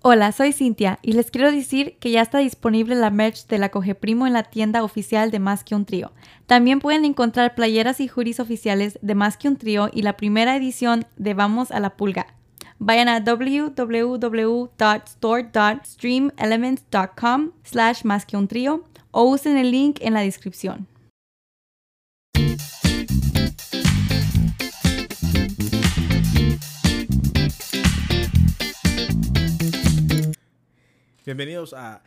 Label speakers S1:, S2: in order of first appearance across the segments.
S1: Hola, soy Cintia y les quiero decir que ya está disponible la merch de la Coge Primo en la tienda oficial de Más que un Trío. También pueden encontrar playeras y juris oficiales de Más que un Trío y la primera edición de Vamos a la Pulga. Vayan a www.store.streamelements.com slash más que un trío o usen el link en la descripción.
S2: Bienvenidos a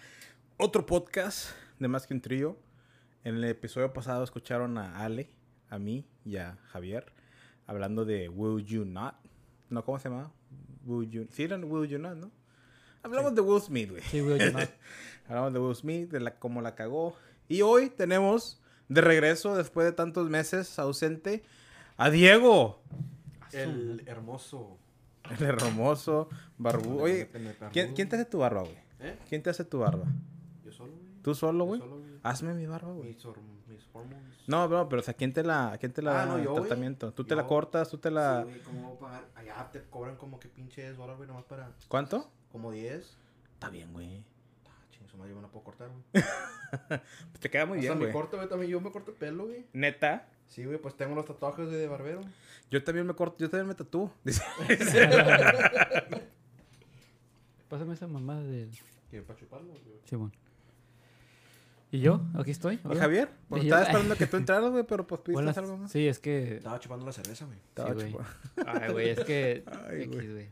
S2: otro podcast de Más que un trío. En el episodio pasado escucharon a Ale, a mí y a Javier hablando de Will You Not. No, ¿cómo se llama? Will You... Sí, eran Will You Not, ¿no? Hablamos de Will Smith, güey.
S3: Sí, Will You Not.
S2: Hablamos de Will Smith, de la, cómo la cagó. Y hoy tenemos de regreso, después de tantos meses ausente, a Diego,
S4: El hermoso.
S2: el hermoso barbudo. Oye, ¿quién, quién te hace tu barba, güey?
S4: ¿Eh?
S2: ¿Quién te hace tu barba?
S4: Yo solo, güey.
S2: ¿Tú solo,
S4: Yo
S2: güey?
S4: solo, güey.
S2: Hazme mi barba, güey.
S4: Mis, horm- mis hormonas.
S2: No, bro, pero o sea, ¿quién te la, quién te la
S4: Ah, no, yo, güey.
S2: tratamiento? ¿Tú te la
S4: Yo.
S2: cortas? ¿Tú te la
S4: Sí, güey, ¿cómo voy a pagar? Allá te cobran como que pinche 10 dólares, güey, nomás para.
S2: cuánto?
S4: Como 10.
S2: Está bien, güey.
S4: Ah, ching, su madre, yo me la puedo cortar, güey. Pues
S2: Te queda muy bien,
S4: Hasta me
S2: güey.
S4: corto, güey, también. Yo me corto el pelo, güey.
S2: Neta,
S4: Sí, güey, pues tengo los tatuajes güey, de barbero.
S2: yo también me corto, yo también me tatúo. Dice,
S3: Pásame esa mamada del
S4: Que para chuparlo, güey.
S3: Simón. ¿Y yo? Aquí estoy.
S2: ¿Y
S3: hola.
S2: Javier? Pues
S3: Ah. Y yo-
S2: estaba esperando que tú entraras, güey, pero pues pidiste
S3: Buenas-
S2: algo más.
S3: Sí, es que.
S4: Estaba chupando la cerveza, güey.
S2: Estaba
S3: sí, güey.
S2: chupando.
S3: Ay, güey, es que.
S2: Ay,
S3: X,
S2: güey.
S3: güey.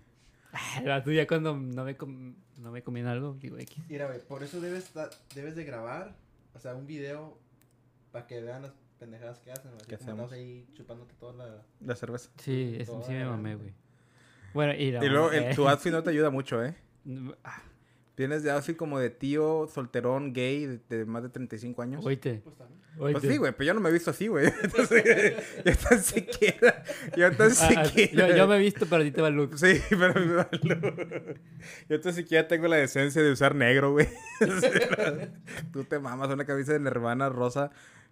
S3: Ah, La tuya cuando no me, com- no me comían algo, digo X.
S4: Mira, güey, por eso debes, ta- debes de grabar, o sea, un video para que vean las pendejadas que hacen, güey. Así
S2: ¿Qué
S4: como
S2: hacemos?
S4: Estás ahí chupándote toda la.
S2: La cerveza.
S3: Sí, es,
S4: Toda
S3: sí me
S4: la
S3: mamé,
S4: grande.
S3: güey. Bueno, y, la
S2: Y luego
S3: mamá-
S2: el, tu outfit no te ayuda mucho, ¿eh?
S3: Mm, ah,
S2: Tienes de outfit como de tío solterón gay de, de más de 35 años.
S3: Oíte,
S4: Pues también.
S2: Pues
S3: oíte.
S2: sí, güey, pero yo no me he visto así, güey. Entonces, yo tan siquiera. Yo tan
S3: Ah, ah,
S2: siquiera.
S3: yo, yo me he visto, pero a ti te va el look.
S2: Sí, pero me da luz. Yo tan siquiera tengo la decencia de usar negro, güey. Tú te mamas una camisa de Nirvana rosa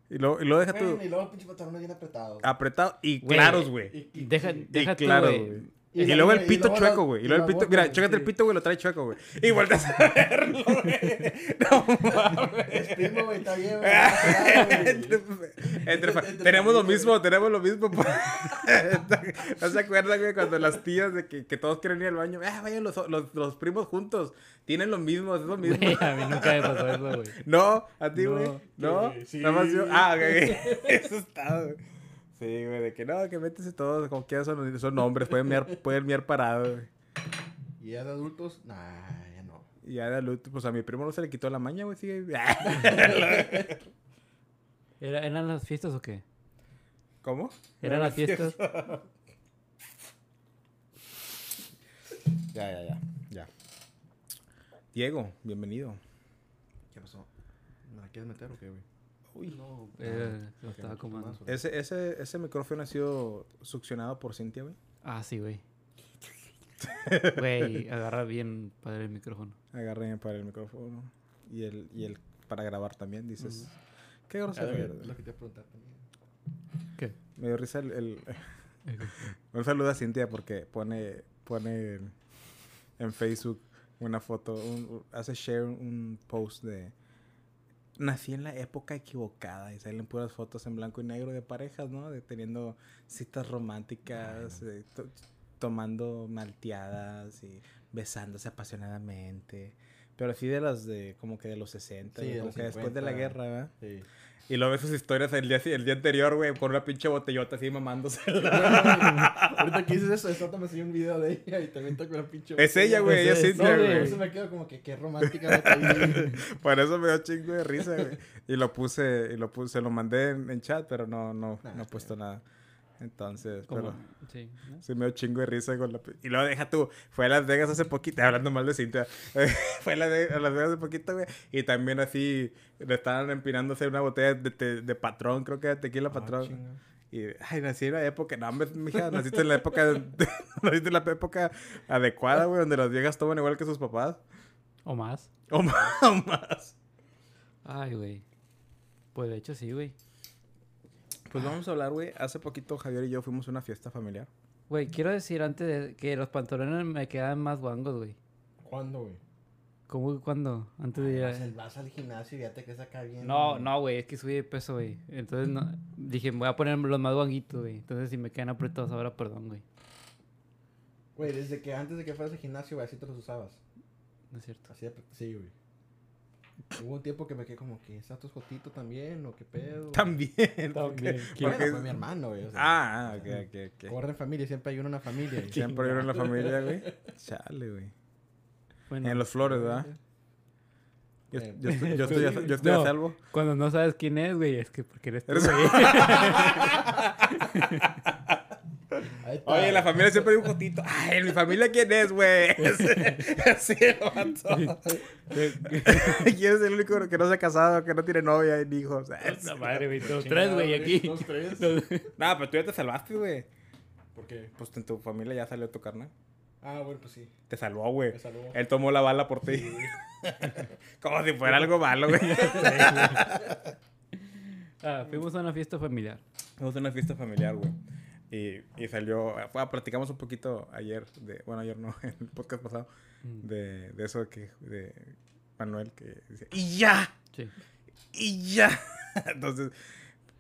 S2: y luego, y luego deja Ah, tu
S4: Bueno, y luego el pinche pantalón bien apretado.
S2: apretado y
S3: Güey.
S2: claros, güey.
S4: Y- y-
S3: Deja,
S4: y-
S3: deja
S2: Y
S3: tú,
S2: claros,
S3: güey.
S2: güey.
S4: y-
S2: Y,
S4: y-
S2: luego
S4: y
S2: el pito
S4: luego la-
S2: chueco, güey. Y luego el
S4: la
S2: pito.
S4: boca,
S2: Mira,
S4: güey,
S2: chécate el
S4: sí.
S2: pito, güey, lo trae chueco, güey. Y vueltas a verlo, güey. No mames.
S4: Es primo, güey, está bien, güey. está
S2: Entre-
S4: bien,
S2: entre fa-
S4: Entre
S2: tenemos lo
S4: familia,
S2: mismo, tenemos lo mismo. ¿No se acuerdan, güey, cuando las tías de que, que todos quieren ir al baño? Ah, vayan los, los, los primos juntos. Tienen lo mismo, es lo mismo.
S3: Güey, a mí nunca me pasó eso, güey.
S2: No, a ti,
S3: No.
S2: güey. No,
S4: Sí.
S2: nada más yo. Ah, güey. Eso está, güey. Sí, güey, de que no, que métese todos, como quieran son, son hombres, pueden mirar, pueden mirar parado, güey.
S4: güey. Y ya de adultos, nah, ya no.
S2: Y ya de luto, pues a mi primo no se le quitó la maña, güey, sigue.
S3: ¿Era- ¿Eran las fiestas o qué?
S2: ¿Cómo?
S3: ¿Eran las fiestas?
S2: Ya, ya, ya, ya. Diego, bienvenido.
S4: ¿Qué pasó? ¿Me la quieres meter o qué, güey?
S2: Uy.
S4: no.
S3: Eh, lo
S4: Ok,
S3: estaba
S4: mucho
S3: acomodando.
S4: más, güey.
S2: Ese, ese, ese micrófono ha sido succionado por Cintia, güey.
S3: Ah, sí, güey. Güey, agarra bien padre el micrófono.
S2: Agarré para el micrófono. Y el, y el para grabar también, dices. Qué
S4: Ah,
S2: grosero.
S4: güey,
S2: eres,
S4: Lo
S2: güey".
S4: que te iba a preguntar también.
S3: ¿Qué?
S2: Me dio risa el, el- Un saludo a Cintia porque pone, pone en, en Facebook una foto, un- hace share un post de... Nací en la época equivocada y salen puras fotos en blanco y negro de parejas, ¿no? De teniendo citas románticas, eh, to- tomando malteadas y besándose apasionadamente. Pero así de las de como que de los 60,
S4: Sí,
S2: güey,
S4: de
S2: como
S4: los
S2: que después de la
S4: 50.
S2: guerra, ¿verdad?
S4: Sí.
S2: Y luego ves sus historias el día, el día anterior, güey, por una pinche botellota así mamándosela.
S4: Ahorita que dices eso, esta me siguió un video de ella y también toca la pinche.
S2: Es ella, güey, ella
S3: Ese
S2: es
S3: es,
S2: Cintia,
S4: No, güey,
S2: güey.
S4: por eso me quedo como que qué romántica. la que vi.
S2: Por eso me dio chingo de risa, güey. Y lo puse, y lo puse, lo mandé en, en chat, pero no, no,
S4: Nah,
S2: no he
S4: está
S2: puesto nada. Entonces,
S3: ¿Cómo?
S2: pero
S3: Sí. ¿no?
S2: sí me dio chingo de risa con la... pi- Y luego deja tú, fue a Las Vegas hace poquito, hablando mal de Cintia, fue a, la de- a Las Vegas hace poquito, güey, y también así le estaban empinándose una botella de, te- de patrón, creo que de tequila patrón.
S4: Ah, chinga.
S2: Y, ay, nací en la época, no, hombre, mija, naciste en la época, naciste en la época adecuada, güey, donde las viejas toman igual que sus papás.
S3: ¿O más?
S2: O más, o más.
S3: Ay, güey. Pues de hecho sí, güey.
S2: Pues vamos a hablar, güey. Hace poquito Javier y yo fuimos a una fiesta familiar.
S3: Güey, quiero decir antes de- que los pantalones me quedan más guangos, güey.
S4: ¿Cuándo, güey?
S3: ¿Cómo que cuándo? Antes de ir
S4: Vas, al-
S3: a...
S4: vas al gimnasio y ya te crees acá bien.
S3: No, no, güey, es que subí de peso, güey. Entonces no... dije, me voy a poner los más guanguitos, güey. Entonces si me quedan apretados ahora, perdón, güey.
S4: Güey, desde que antes de que fueras al gimnasio, güey, así te los usabas.
S3: No es cierto.
S4: Así de apre- Sí, güey. Hubo un tiempo que me quedé como que, ¿está tu escotito también o qué pedo?
S2: También.
S3: También.
S2: porque-
S4: Bueno,
S2: porque-
S4: fue mi hermano, güey. o sea,
S2: Ah, ah, ok, ok, ok.
S4: Corre en familia, siempre hay uno en la familia. güey.
S2: Siempre vieron la familia, güey. Chale, güey.
S3: Bueno,
S2: En los flores, ¿verdad? Yo,
S4: Eh,
S2: yo estoy, yo estoy, a- yo estoy a
S3: No.
S2: salvo.
S3: cuando no sabes quién es, güey, es que porque eres tú,
S2: Eres-
S3: güey.
S4: Ahí está.
S2: Oye, en la familia siempre hay un cotito. Ay, ¿en mi familia quién es, güey? Así el vato. ¿Quién es el único que no se ha casado, que no tiene novia ni hijos?
S3: La madre, güey. Los
S4: Chingado,
S3: tres, güey, aquí.
S4: Dos, tres.
S2: Nada, pero tú ya te salvaste, güey.
S4: ¿Por qué?
S2: Pues en tu familia ya salió tu carnal.
S4: Ah, bueno, pues sí.
S2: Te salvó, güey.
S4: Me salvó.
S2: Él tomó la bala por ti. Como si fuera algo malo, güey.
S3: Ah, fuimos a una fiesta familiar.
S2: Fuimos a una fiesta familiar, güey. Y, y salió, ah, platicamos un poquito ayer, de, bueno, ayer no, en el podcast pasado,
S3: Mm,
S2: de, de eso que, de Manuel que dice, ¡y ya!
S3: Sí.
S2: ¡y ya! Entonces,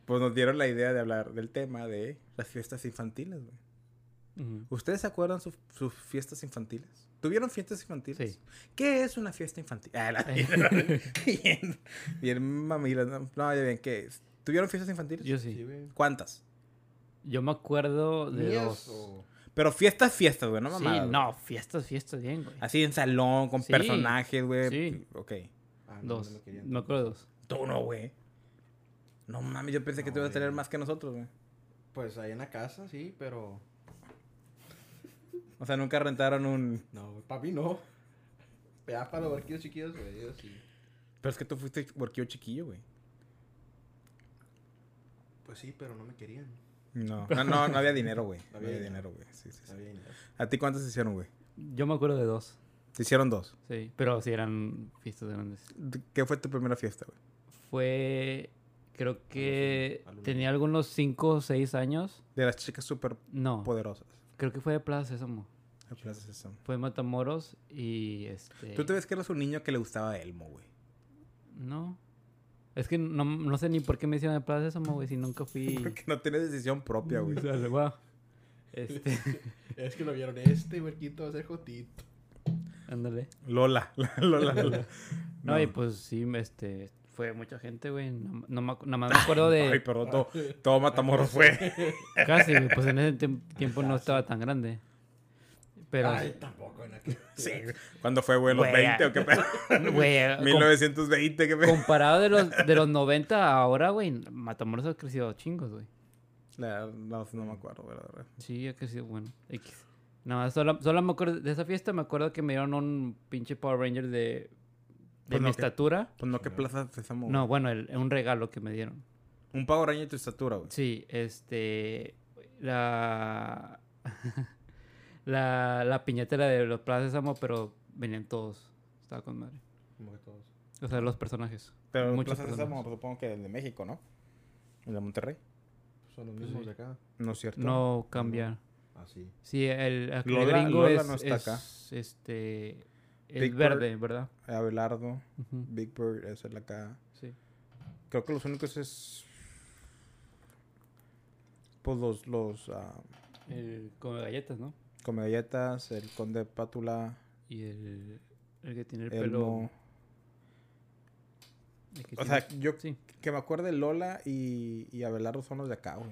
S2: pues nos dieron la idea de hablar del tema de las fiestas infantiles, güey.
S3: Ujú.
S2: ¿Ustedes se acuerdan sus, sus fiestas infantiles? ¿Tuvieron fiestas infantiles?
S3: Sí.
S2: ¿Qué es una fiesta infantil? Ah, la- bien, bien mamila. No, No, ya bien, ¿qué es? ¿Tuvieron fiestas infantiles?
S3: Yo
S4: Sí,
S3: sí.
S4: güey.
S2: ¿Cuántas?
S3: Yo me acuerdo de
S4: ¿Mías
S3: dos.
S4: o-
S2: Pero fiestas, fiestas, güey, no mamadas.
S3: sí,
S2: güey.
S3: no, fiestas, fiestas, bien, güey.
S2: Así en salón, con
S3: Sí.
S2: personajes, güey.
S3: Sí.
S2: Ok.
S4: Ah, no,
S3: Dos.
S4: no me querían.
S3: Me acuerdo de dos.
S2: Tú no, güey. No mames, yo pensé que
S4: No,
S2: tú ibas a
S4: güey.
S2: tener más que nosotros, güey.
S4: Pues ahí en la casa, sí, pero.
S2: O sea, nunca rentaron un...
S4: No, güey, papi, no. Ya para los barquillos chiquillos, güey, yo sí.
S2: Pero es que tú fuiste workio chiquillo, güey.
S4: Pues sí, pero no me querían.
S2: No. No, Ah, no, no había dinero, güey. No
S4: No
S2: había
S4: había
S2: dinero, güey. Sí, sí,
S4: Está
S2: sí.
S4: bien. ya.
S2: ¿A ti cuántas se hicieron, güey?
S3: Yo me acuerdo de dos.
S2: Se hicieron dos.
S3: Sí, pero sí eran fiestas grandes.
S2: ¿Qué fue tu primera fiesta, güey?
S3: Fue, creo que
S4: Alumno.
S3: tenía algunos 5 o 6 años.
S2: De las chicas súper
S3: No,
S2: poderosas.
S3: creo que fue de Plaza Sésamo. Fue de Matamoros y este...
S2: Tú te ves que eras un niño que le gustaba a Elmo, güey.
S3: No. Es que no, no sé ni por qué me hicieron de Plaza Sésamo, güey, si nunca fui...
S2: Porque no tienes decisión propia, güey.
S3: O sea, le- guau. Este,
S4: Es que lo vieron, este huerquito va a ser Jotito.
S3: ándale.
S2: Lola. Lola. Lola.
S3: No, y pues sí, este, fue mucha gente, güey. No, no me acu- nada más me acuerdo
S2: Ay,
S3: de...
S2: perdón, todo, todo Matamoros fue.
S3: Casi, güey, pues en ese tiemp- tiempo no estaba tan grande. Pero...
S4: Ay, tampoco en aquel.
S2: Sí. ¿Cuándo fue, güey? ¿Los
S3: Güey,
S2: 20 o qué pedo?
S3: Güey, com-
S2: 1920, qué pedo.
S3: comparado de los, de los 90 a ahora, güey, Matamoros ha crecido chingos, güey.
S2: La- No, no me acuerdo, güey, la verdad.
S3: Sí, ha crecido, bueno. X. Nada más, solo, solo me acuerdo de esa fiesta, me acuerdo que me dieron un pinche Power Ranger de, de
S2: Pues no,
S3: mi
S2: que-
S3: estatura.
S2: Pues no, ¿qué plaza Sésamo?
S3: No, bueno, el- un regalo que me dieron.
S2: Un Power Ranger de tu estatura, güey.
S3: Sí, este. La. la, la piñatera de los plazas Samo, pero venían todos. Estaba con madre.
S4: Como que todos.
S3: O sea, los personajes.
S2: Pero
S3: Muchas
S2: Plaza
S3: personas.
S2: Sésamo, pues, supongo que el de México, ¿no? El de Monterrey.
S4: Son los
S3: Pues
S4: mismos
S3: sí.
S4: de acá. Ah,
S2: No es cierto.
S3: No cambiar.
S4: Así.
S3: Sí, el, el
S2: Lola-
S3: gringo
S2: Lola
S3: es,
S2: no está
S3: es,
S2: acá.
S3: este es
S2: Big Bird.
S3: verde, ¿verdad?
S2: Abelardo,
S3: Ujú,
S2: Big Bird, esa es la acá.
S3: Sí.
S2: Creo que los únicos es. Pues los. los ah,
S3: El come galletas, ¿no?
S2: Come Galletas, el Conde Pátula,
S3: Y el, el que tiene el
S2: Elmo.
S3: pelo. el que
S2: O
S3: tiene-
S2: sea, yo
S3: sí.
S2: que me acuerde Lola y, y Abelardo son los de acá, güey.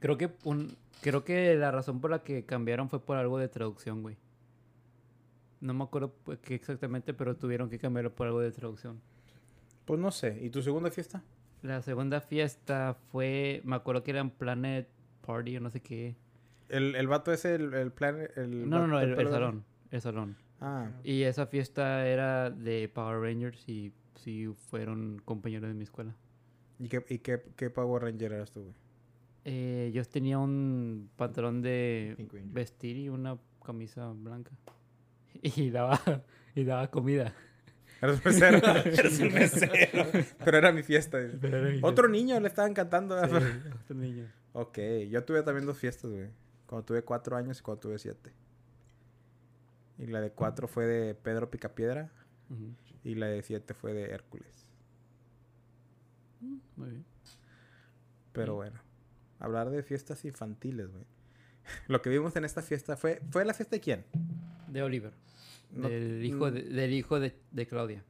S3: Creo que un, creo que la razón por la que cambiaron fue por algo de traducción, güey. No me acuerdo pues, qué exactamente, pero tuvieron que cambiarlo por algo de traducción.
S2: Pues no sé. ¿Y tu segunda fiesta?
S3: La segunda fiesta fue, me acuerdo que eran Planet Party o no sé qué.
S2: El, el vato ese, el, el plan. El
S3: No, no, no,
S2: vato del
S3: el- el
S2: pelo verde.
S3: salón, el salón.
S2: Ah,
S3: Y esa fiesta era de Power Rangers y sí fueron compañeros de mi escuela.
S2: ¿y, qué, y qué, qué Power Ranger eras tú, güey?
S3: Eh, yo tenía un pantalón de
S4: Pink Ranger.
S3: vestir y una camisa blanca. Y daba, y daba comida.
S2: Eres un mesero. Eres un mesero. Pero era mi fiesta. dice.
S3: Pero era mi
S2: Otro niño le estaban cantando.
S3: fiesta.
S2: ¿verdad?
S3: Sí, otro niño.
S2: Ok, yo tuve también dos fiestas, güey. Cuando tuve cuatro años y cuando tuve siete. Y la de 4 fue de Pedro Picapiedra.
S3: Ujú.
S2: Y la de 7 fue de Hércules.
S3: Muy bien.
S2: Pero
S3: Sí.
S2: bueno, hablar de fiestas infantiles, güey. Lo que vimos en esta fiesta fue... ¿Fue la fiesta de quién?
S3: De Oliver.
S2: No-
S3: del hijo,
S2: mm, pues,
S3: de, del hijo de, de Claudia.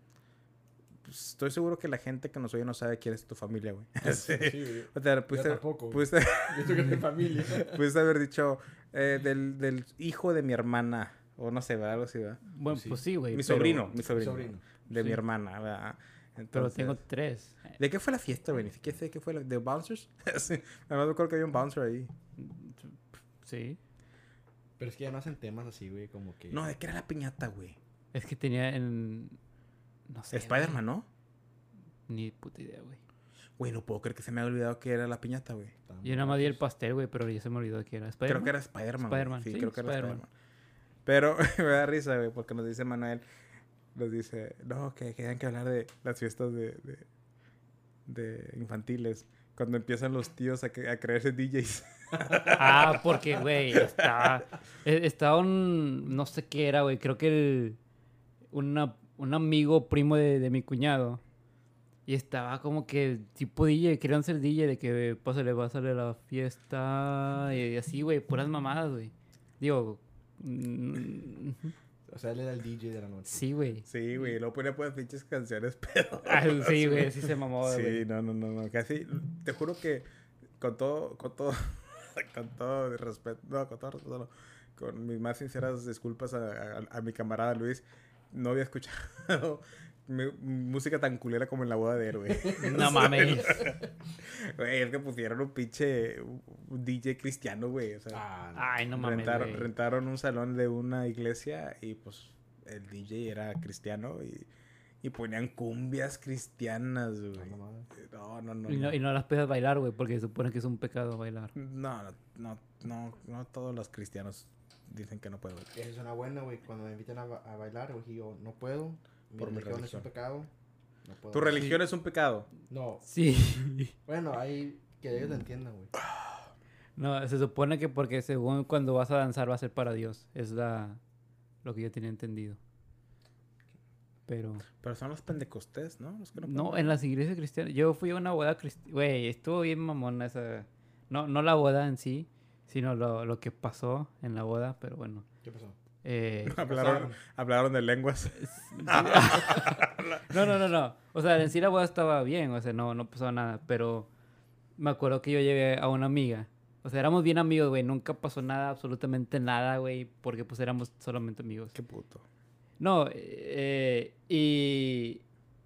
S2: Estoy seguro que la gente que nos oye no sabe quién es tu familia, güey. Sí.
S4: güey.
S2: O sea, pudiste,
S4: tampoco, güey.
S2: pudiste-
S4: Yo creo que es de familia.
S2: pudiste haber dicho eh, del, del hijo de mi hermana. O no sé, ¿verdad? Algo así, ¿verdad?
S3: Bueno,
S4: sí.
S3: pues sí, güey.
S2: mi
S3: pero-
S2: sobrino, mi sobrino.
S4: sobrino.
S2: De mi
S3: Sí.
S2: hermana, ¿verdad?
S3: Pero
S2: Entonces,
S3: tengo tres.
S2: ¿De qué fue la fiesta, güey? Ni siquiera sé de qué fue la... ¿De bouncers? sí. Además, recuerdo que había un bouncer ahí.
S3: Sí.
S4: Pero es que ya no hacen temas así, güey, como que...
S2: No, ¿de qué era la piñata, güey?
S3: Es que tenía en. No sé. güey.
S2: Spider-Man, ¿no?
S3: Ni puta idea, güey.
S2: Güey, no puedo creer que se me haya olvidado que era la piñata, güey.
S4: Están
S3: Yo nada más di el
S4: borrachos.
S3: pastel, güey, pero ya se me olvidó que era Spider-Man.
S2: Creo que era Spider-Man. güey.
S3: Spider-Man,
S2: Sí,
S3: sí,
S2: creo que era
S3: Spider-Man.
S2: Spider-Man. Pero me da risa, güey, porque nos dice Manuel, nos dice, no, que querían que hablar de las fiestas de, de, de infantiles. Cuando empiezan los tíos a, cre- a creerse DJs.
S3: Ah, porque, güey, está. e- Estaba un. No sé qué era, güey. Creo que el. una- un amigo primo de, de mi cuñado. Y estaba como que tipo DJ, querían ser DJ de que pásale, pásale la fiesta. Y así, güey, puras mamadas, güey. Digo. mm,
S4: O sea, él era el DJ de la noche.
S3: Sí, güey.
S2: Sí, güey, luego ponía pues pinches canciones, pero...
S3: Ah, Sí, güey, sí se mamó, güey.
S2: Sí, no, no, no, no, casi, te juro que con todo, con todo, con todo de respeto, no, con todo respeto, no, con mis más sinceras disculpas a, a- a mi camarada Luis, no había escuchado mu- música tan culera como en la boda de él, güey.
S3: No mames.
S2: Güey, es que pusieron un pinche un DJ cristiano, güey, o sea,
S4: Ah, no.
S3: Ay, no mames.
S2: rentaron,
S3: güey.
S2: rentaron un salón de una iglesia y pues el DJ era cristiano y... Y ponían cumbias cristianas,
S4: no,
S2: güey.
S4: no mames.
S2: No, no, no.
S3: Y no, y no las pedas bailar, güey, porque se supone que es un pecado bailar.
S2: No, no, no, no, no todos los cristianos dicen que no puedo bailar.
S4: Esa es una buena, güey. Cuando me invitan a, ba- a bailar, güey, yo no puedo. Mi
S2: Por mi
S4: religión, es
S2: religión.
S4: un pecado. No puedo.
S2: Tu religión es un pecado.
S4: No.
S3: Sí.
S4: Bueno, ahí que
S2: Mm.
S4: ellos lo entiendan, güey.
S3: No, se supone que porque según cuando vas a danzar va a ser para Dios. Es la lo que yo tenía entendido. Pero
S2: Pero son los pentecostés, ¿no? Los que no,
S3: no, en las iglesias cristianas. Yo fui a una boda cristiana. Güey, estuvo bien mamona esa. No, no la boda en sí, sino lo, lo que pasó en la boda, pero bueno.
S4: ¿Qué pasó?
S3: Eh,
S2: hablaron, hablaron de lenguas.
S3: No, no, no, no. O sea, en sí la boda estaba bien, o sea, no, no pasó nada, pero me acuerdo que yo llevé a una amiga. O sea, éramos bien amigos, güey, nunca pasó nada, absolutamente nada, güey, porque pues éramos solamente amigos.
S2: Qué puto.
S3: No, eh, y,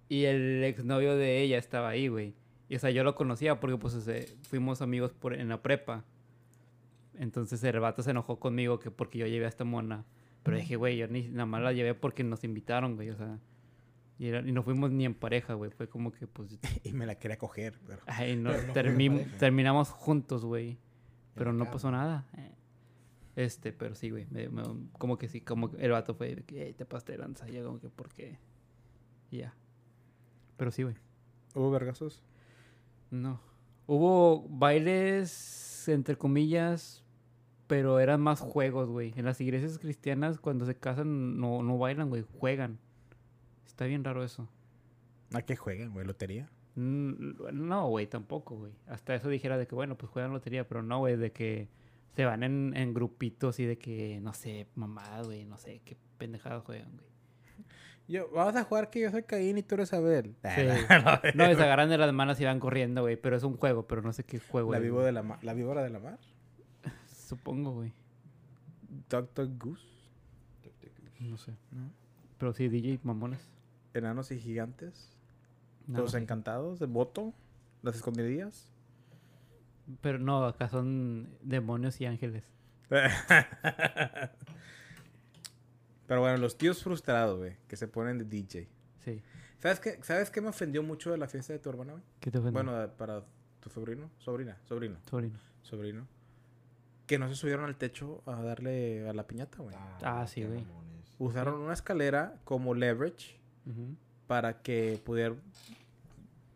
S3: y el exnovio de ella estaba ahí, güey. Y o sea, yo lo conocía porque pues o sea, fuimos amigos por, en la prepa. Entonces el vato se enojó conmigo que porque yo llevé a esta mona. Pero dije, güey, yo ni nada más la llevé porque nos invitaron, güey. O sea, y, era- y no fuimos ni en pareja, güey. Fue como que pues...
S2: Y me la quería coger, pero...
S3: Ay, no,
S4: Pero no
S3: termi-
S4: fueron pareja.
S3: terminamos juntos, güey. Pero
S4: la
S3: no
S4: cama.
S3: pasó nada. Eh. Este, pero sí, güey. me- me- Como que sí, como que el vato fue de que "Ey, te pasaste de lanza. Y yo como que, ¿por qué? Y ya. Pero sí, güey.
S2: ¿Hubo vergazos?
S3: No. Hubo bailes, entre comillas, pero eran más juegos, güey. En las iglesias cristianas, cuando se casan, no, no bailan, güey. Juegan. Está bien raro eso.
S2: ¿A qué juegan, güey? ¿Lotería?
S3: Mm, No, güey, tampoco, güey. Hasta eso dijera de que, bueno, pues juegan lotería, pero no, güey, de que se van en, en grupitos y de que, no sé, mamada, güey, no sé, qué pendejadas juegan, güey.
S2: Yo, vamos a jugar que yo soy Caín y tú eres Abel.
S3: Sí. No, se agarran de las manos y van corriendo, güey, pero es un juego, pero no sé qué juego
S2: la,
S3: es,
S2: víbora
S3: güey.
S2: de la, ma- la víbora de la mar.
S3: Supongo, güey.
S2: Doctor Goose.
S3: No sé.
S2: ¿No?
S3: Pero sí, DJ mamones.
S2: Enanos y gigantes.
S3: No,
S2: los
S3: no sé.
S2: encantados. El voto. Las escondidillas.
S3: Pero no, acá son demonios y ángeles.
S2: Pero bueno, los tíos frustrados, güey, que se ponen de DJ.
S3: Sí.
S2: ¿Sabes qué, ¿Sabes qué me ofendió mucho de la fiesta de tu hermana, güey?
S3: ¿Qué te ofende?
S2: Bueno, eh, para tu sobrino, sobrina, sobrino,
S3: Sobrino.
S2: sobrino. Que no se subieron al techo a darle a la piñata, güey.
S3: Ah, sí,
S4: qué
S3: güey.
S4: mamones.
S2: Usaron una escalera como leverage
S3: Ujú.
S2: para que pudieran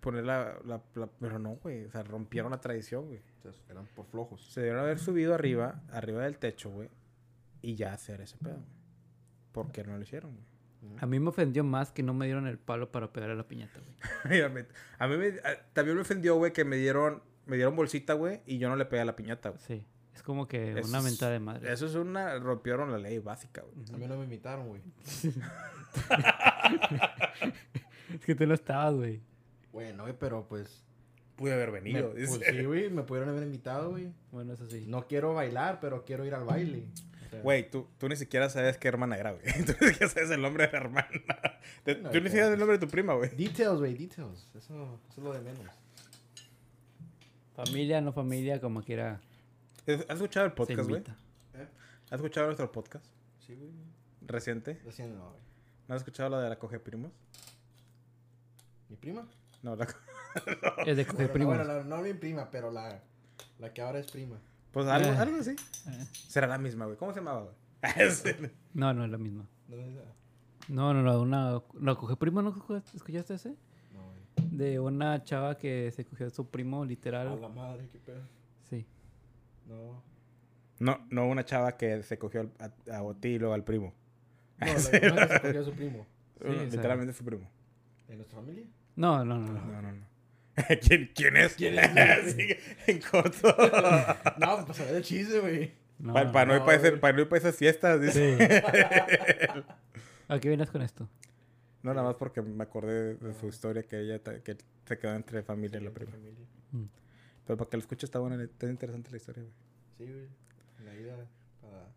S2: poner la, la- la- Pero no, güey. O sea, rompieron la tradición, güey.
S4: O sea, eran por flojos.
S2: Se debieron haber subido arriba, arriba del techo, güey. Y ya hacer ese pedo, güey. porque no lo hicieron, güey.
S3: A mí me ofendió más que no me dieron el palo para pegarle la piñata, güey.
S2: Mira, me- a mí me, a- también me ofendió, güey, que me dieron, me dieron bolsita, güey, y yo no le pegué a la piñata, güey.
S3: Sí. Es como que
S2: Eso
S3: una
S2: es-
S3: mentada de madre.
S2: Eso es una, rompieron la ley básica, güey.
S4: A mí no me invitaron, güey.
S3: Es que tú no estabas, güey.
S4: Bueno, güey, pero pues.
S2: Pude haber
S4: me-
S2: venido.
S4: pues
S2: dice.
S4: sí, güey, me pudieron haber invitado, güey.
S3: Bueno, eso sí.
S4: No quiero bailar, pero quiero ir al baile. O sea,
S2: Güey, tú, tú ni siquiera sabes qué hermana era, güey. Tú ni siquiera sabes el nombre de la hermana. Te-
S4: No,
S2: tú ni
S4: pues.
S2: siquiera sabes el nombre de tu prima, güey.
S4: Details, güey, details. Eso, eso es lo de menos.
S3: Familia, no familia, como quiera.
S2: ¿Has has escuchado el
S3: se
S2: podcast, güey?
S3: invita.
S4: ¿Eh?
S2: ¿Has escuchado nuestro podcast
S4: Sí, güey.
S2: reciente?
S4: Recién no, güey.
S2: ¿No has escuchado la de la coge primos?
S4: ¿Mi prima?
S2: No, la...
S3: Es de
S4: Bueno,
S3: coger
S4: no,
S3: primos.
S4: bueno, no, no mi prima, pero la, la que ahora es prima.
S2: Pues algo,
S3: Eh.
S2: algo así.
S3: Eh.
S2: Será la misma, güey. ¿Cómo se llamaba, güey? Sí.
S3: No, no es la misma.
S4: No, esa-
S3: No, no, no. Una, no, coger primo, ¿no escuchaste- escuchaste ese?
S4: no, güey.
S3: De una chava que se cogió a su primo,
S2: Ah,
S4: A
S3: literal.
S4: la madre, qué pedo.
S3: Sí.
S4: No.
S2: no, no una chava que se cogió al- a, a Oti y luego al primo.
S4: No, la prima que se cogió a su primo.
S3: Sí,
S2: Uno-
S3: o sea.
S2: literalmente su primo.
S4: ¿De nuestra familia?
S3: No, no, no. no.
S2: No, no, no. ¿Quién, ¿Quién es?
S4: ¿Quién es?
S2: Sí, en corto.
S4: No, pues a ver el chiste, güey.
S3: no,
S2: para, para no ir
S4: no,
S2: para ese-
S4: güey.
S2: para no ir para esas fiestas, dice.
S3: Sí. ¿A qué vienes con esto?
S2: No, nada más porque me acordé de su historia que ella ta- que se quedó entre familia y la prima.
S4: familia.
S2: Pero para que lo escuche está buena, está interesante la historia, güey.
S4: Sí, güey. En la ida para,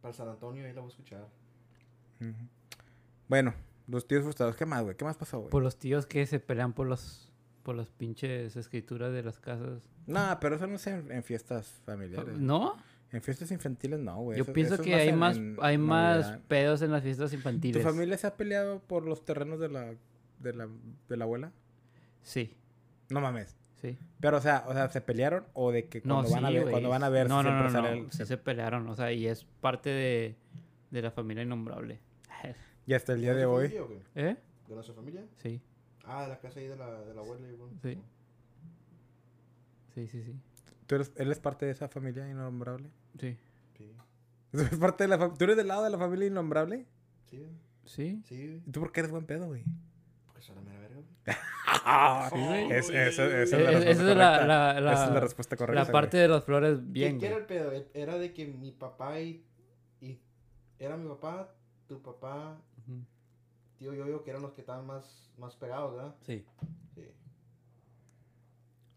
S4: para San Antonio, ahí la voy a escuchar.
S2: Ujú. Bueno, los tíos frustrados, ¿qué más, güey? ¿Qué más pasó, güey?
S3: Por los tíos que se pelean por los por las pinches escrituras de las casas.
S2: No, pero eso no es en, en fiestas familiares.
S3: ¿No?
S2: En fiestas infantiles no, güey.
S3: Yo
S2: Pues Eso-
S3: pienso
S2: eso es
S3: que hay
S2: en-
S3: más
S2: en
S3: hay más
S2: Navidad.
S3: pedos en las fiestas
S2: ¿Tu
S3: infantiles.
S2: familia se ha peleado por los terrenos de la, de la, de la abuela?
S3: Sí,
S2: No mames.
S3: sí.
S2: Pero, o sea, o sea, ¿se pelearon o de que
S3: No,
S2: cuando, van, a
S3: sí,
S2: ver,
S3: güey.
S2: cuando van a ver
S3: No, no,
S2: siempre
S3: no, no,
S2: sale el-
S3: sí
S2: se-
S3: se pelearon, o sea, y es parte de, de la familia innombrable.
S2: Y hasta el día de
S4: nuestra
S2: hoy.
S4: familia o qué?
S3: ¿Eh?
S4: ¿De nuestra familia?
S3: Sí,
S4: Ah, de la casa ahí de la, de la abuela. y bueno.
S3: Sí. sí, sí, sí.
S2: ¿Tú eres, él es parte de esa familia innombrable?
S3: Sí.
S4: Sí.
S2: ¿Tú eres, parte de la fam- ¿Tú eres del lado de la familia innombrable?
S4: Sí, güey.
S3: Sí.
S4: Sí, güey.
S2: ¿Y ¿Tú por qué eres buen pedo, güey?
S4: Porque soy la mera verga, güey.
S3: Sí, güey.
S2: Ah, Es- esa- esa es
S3: Esa
S2: la respuesta
S3: Eh, es la,
S2: correcta.
S3: la, la-
S2: Esa es la respuesta
S3: la
S2: correcta.
S3: parte de las flores bien.
S4: ¿Qué,
S3: güey.
S4: qué era el pedo? E- Era de que mi papá y, y- Era mi papá, tu papá,
S3: Ujú.
S4: tío Yoyo, que eran los que estaban más, más pegados, ¿verdad?
S3: Sí.
S4: Sí.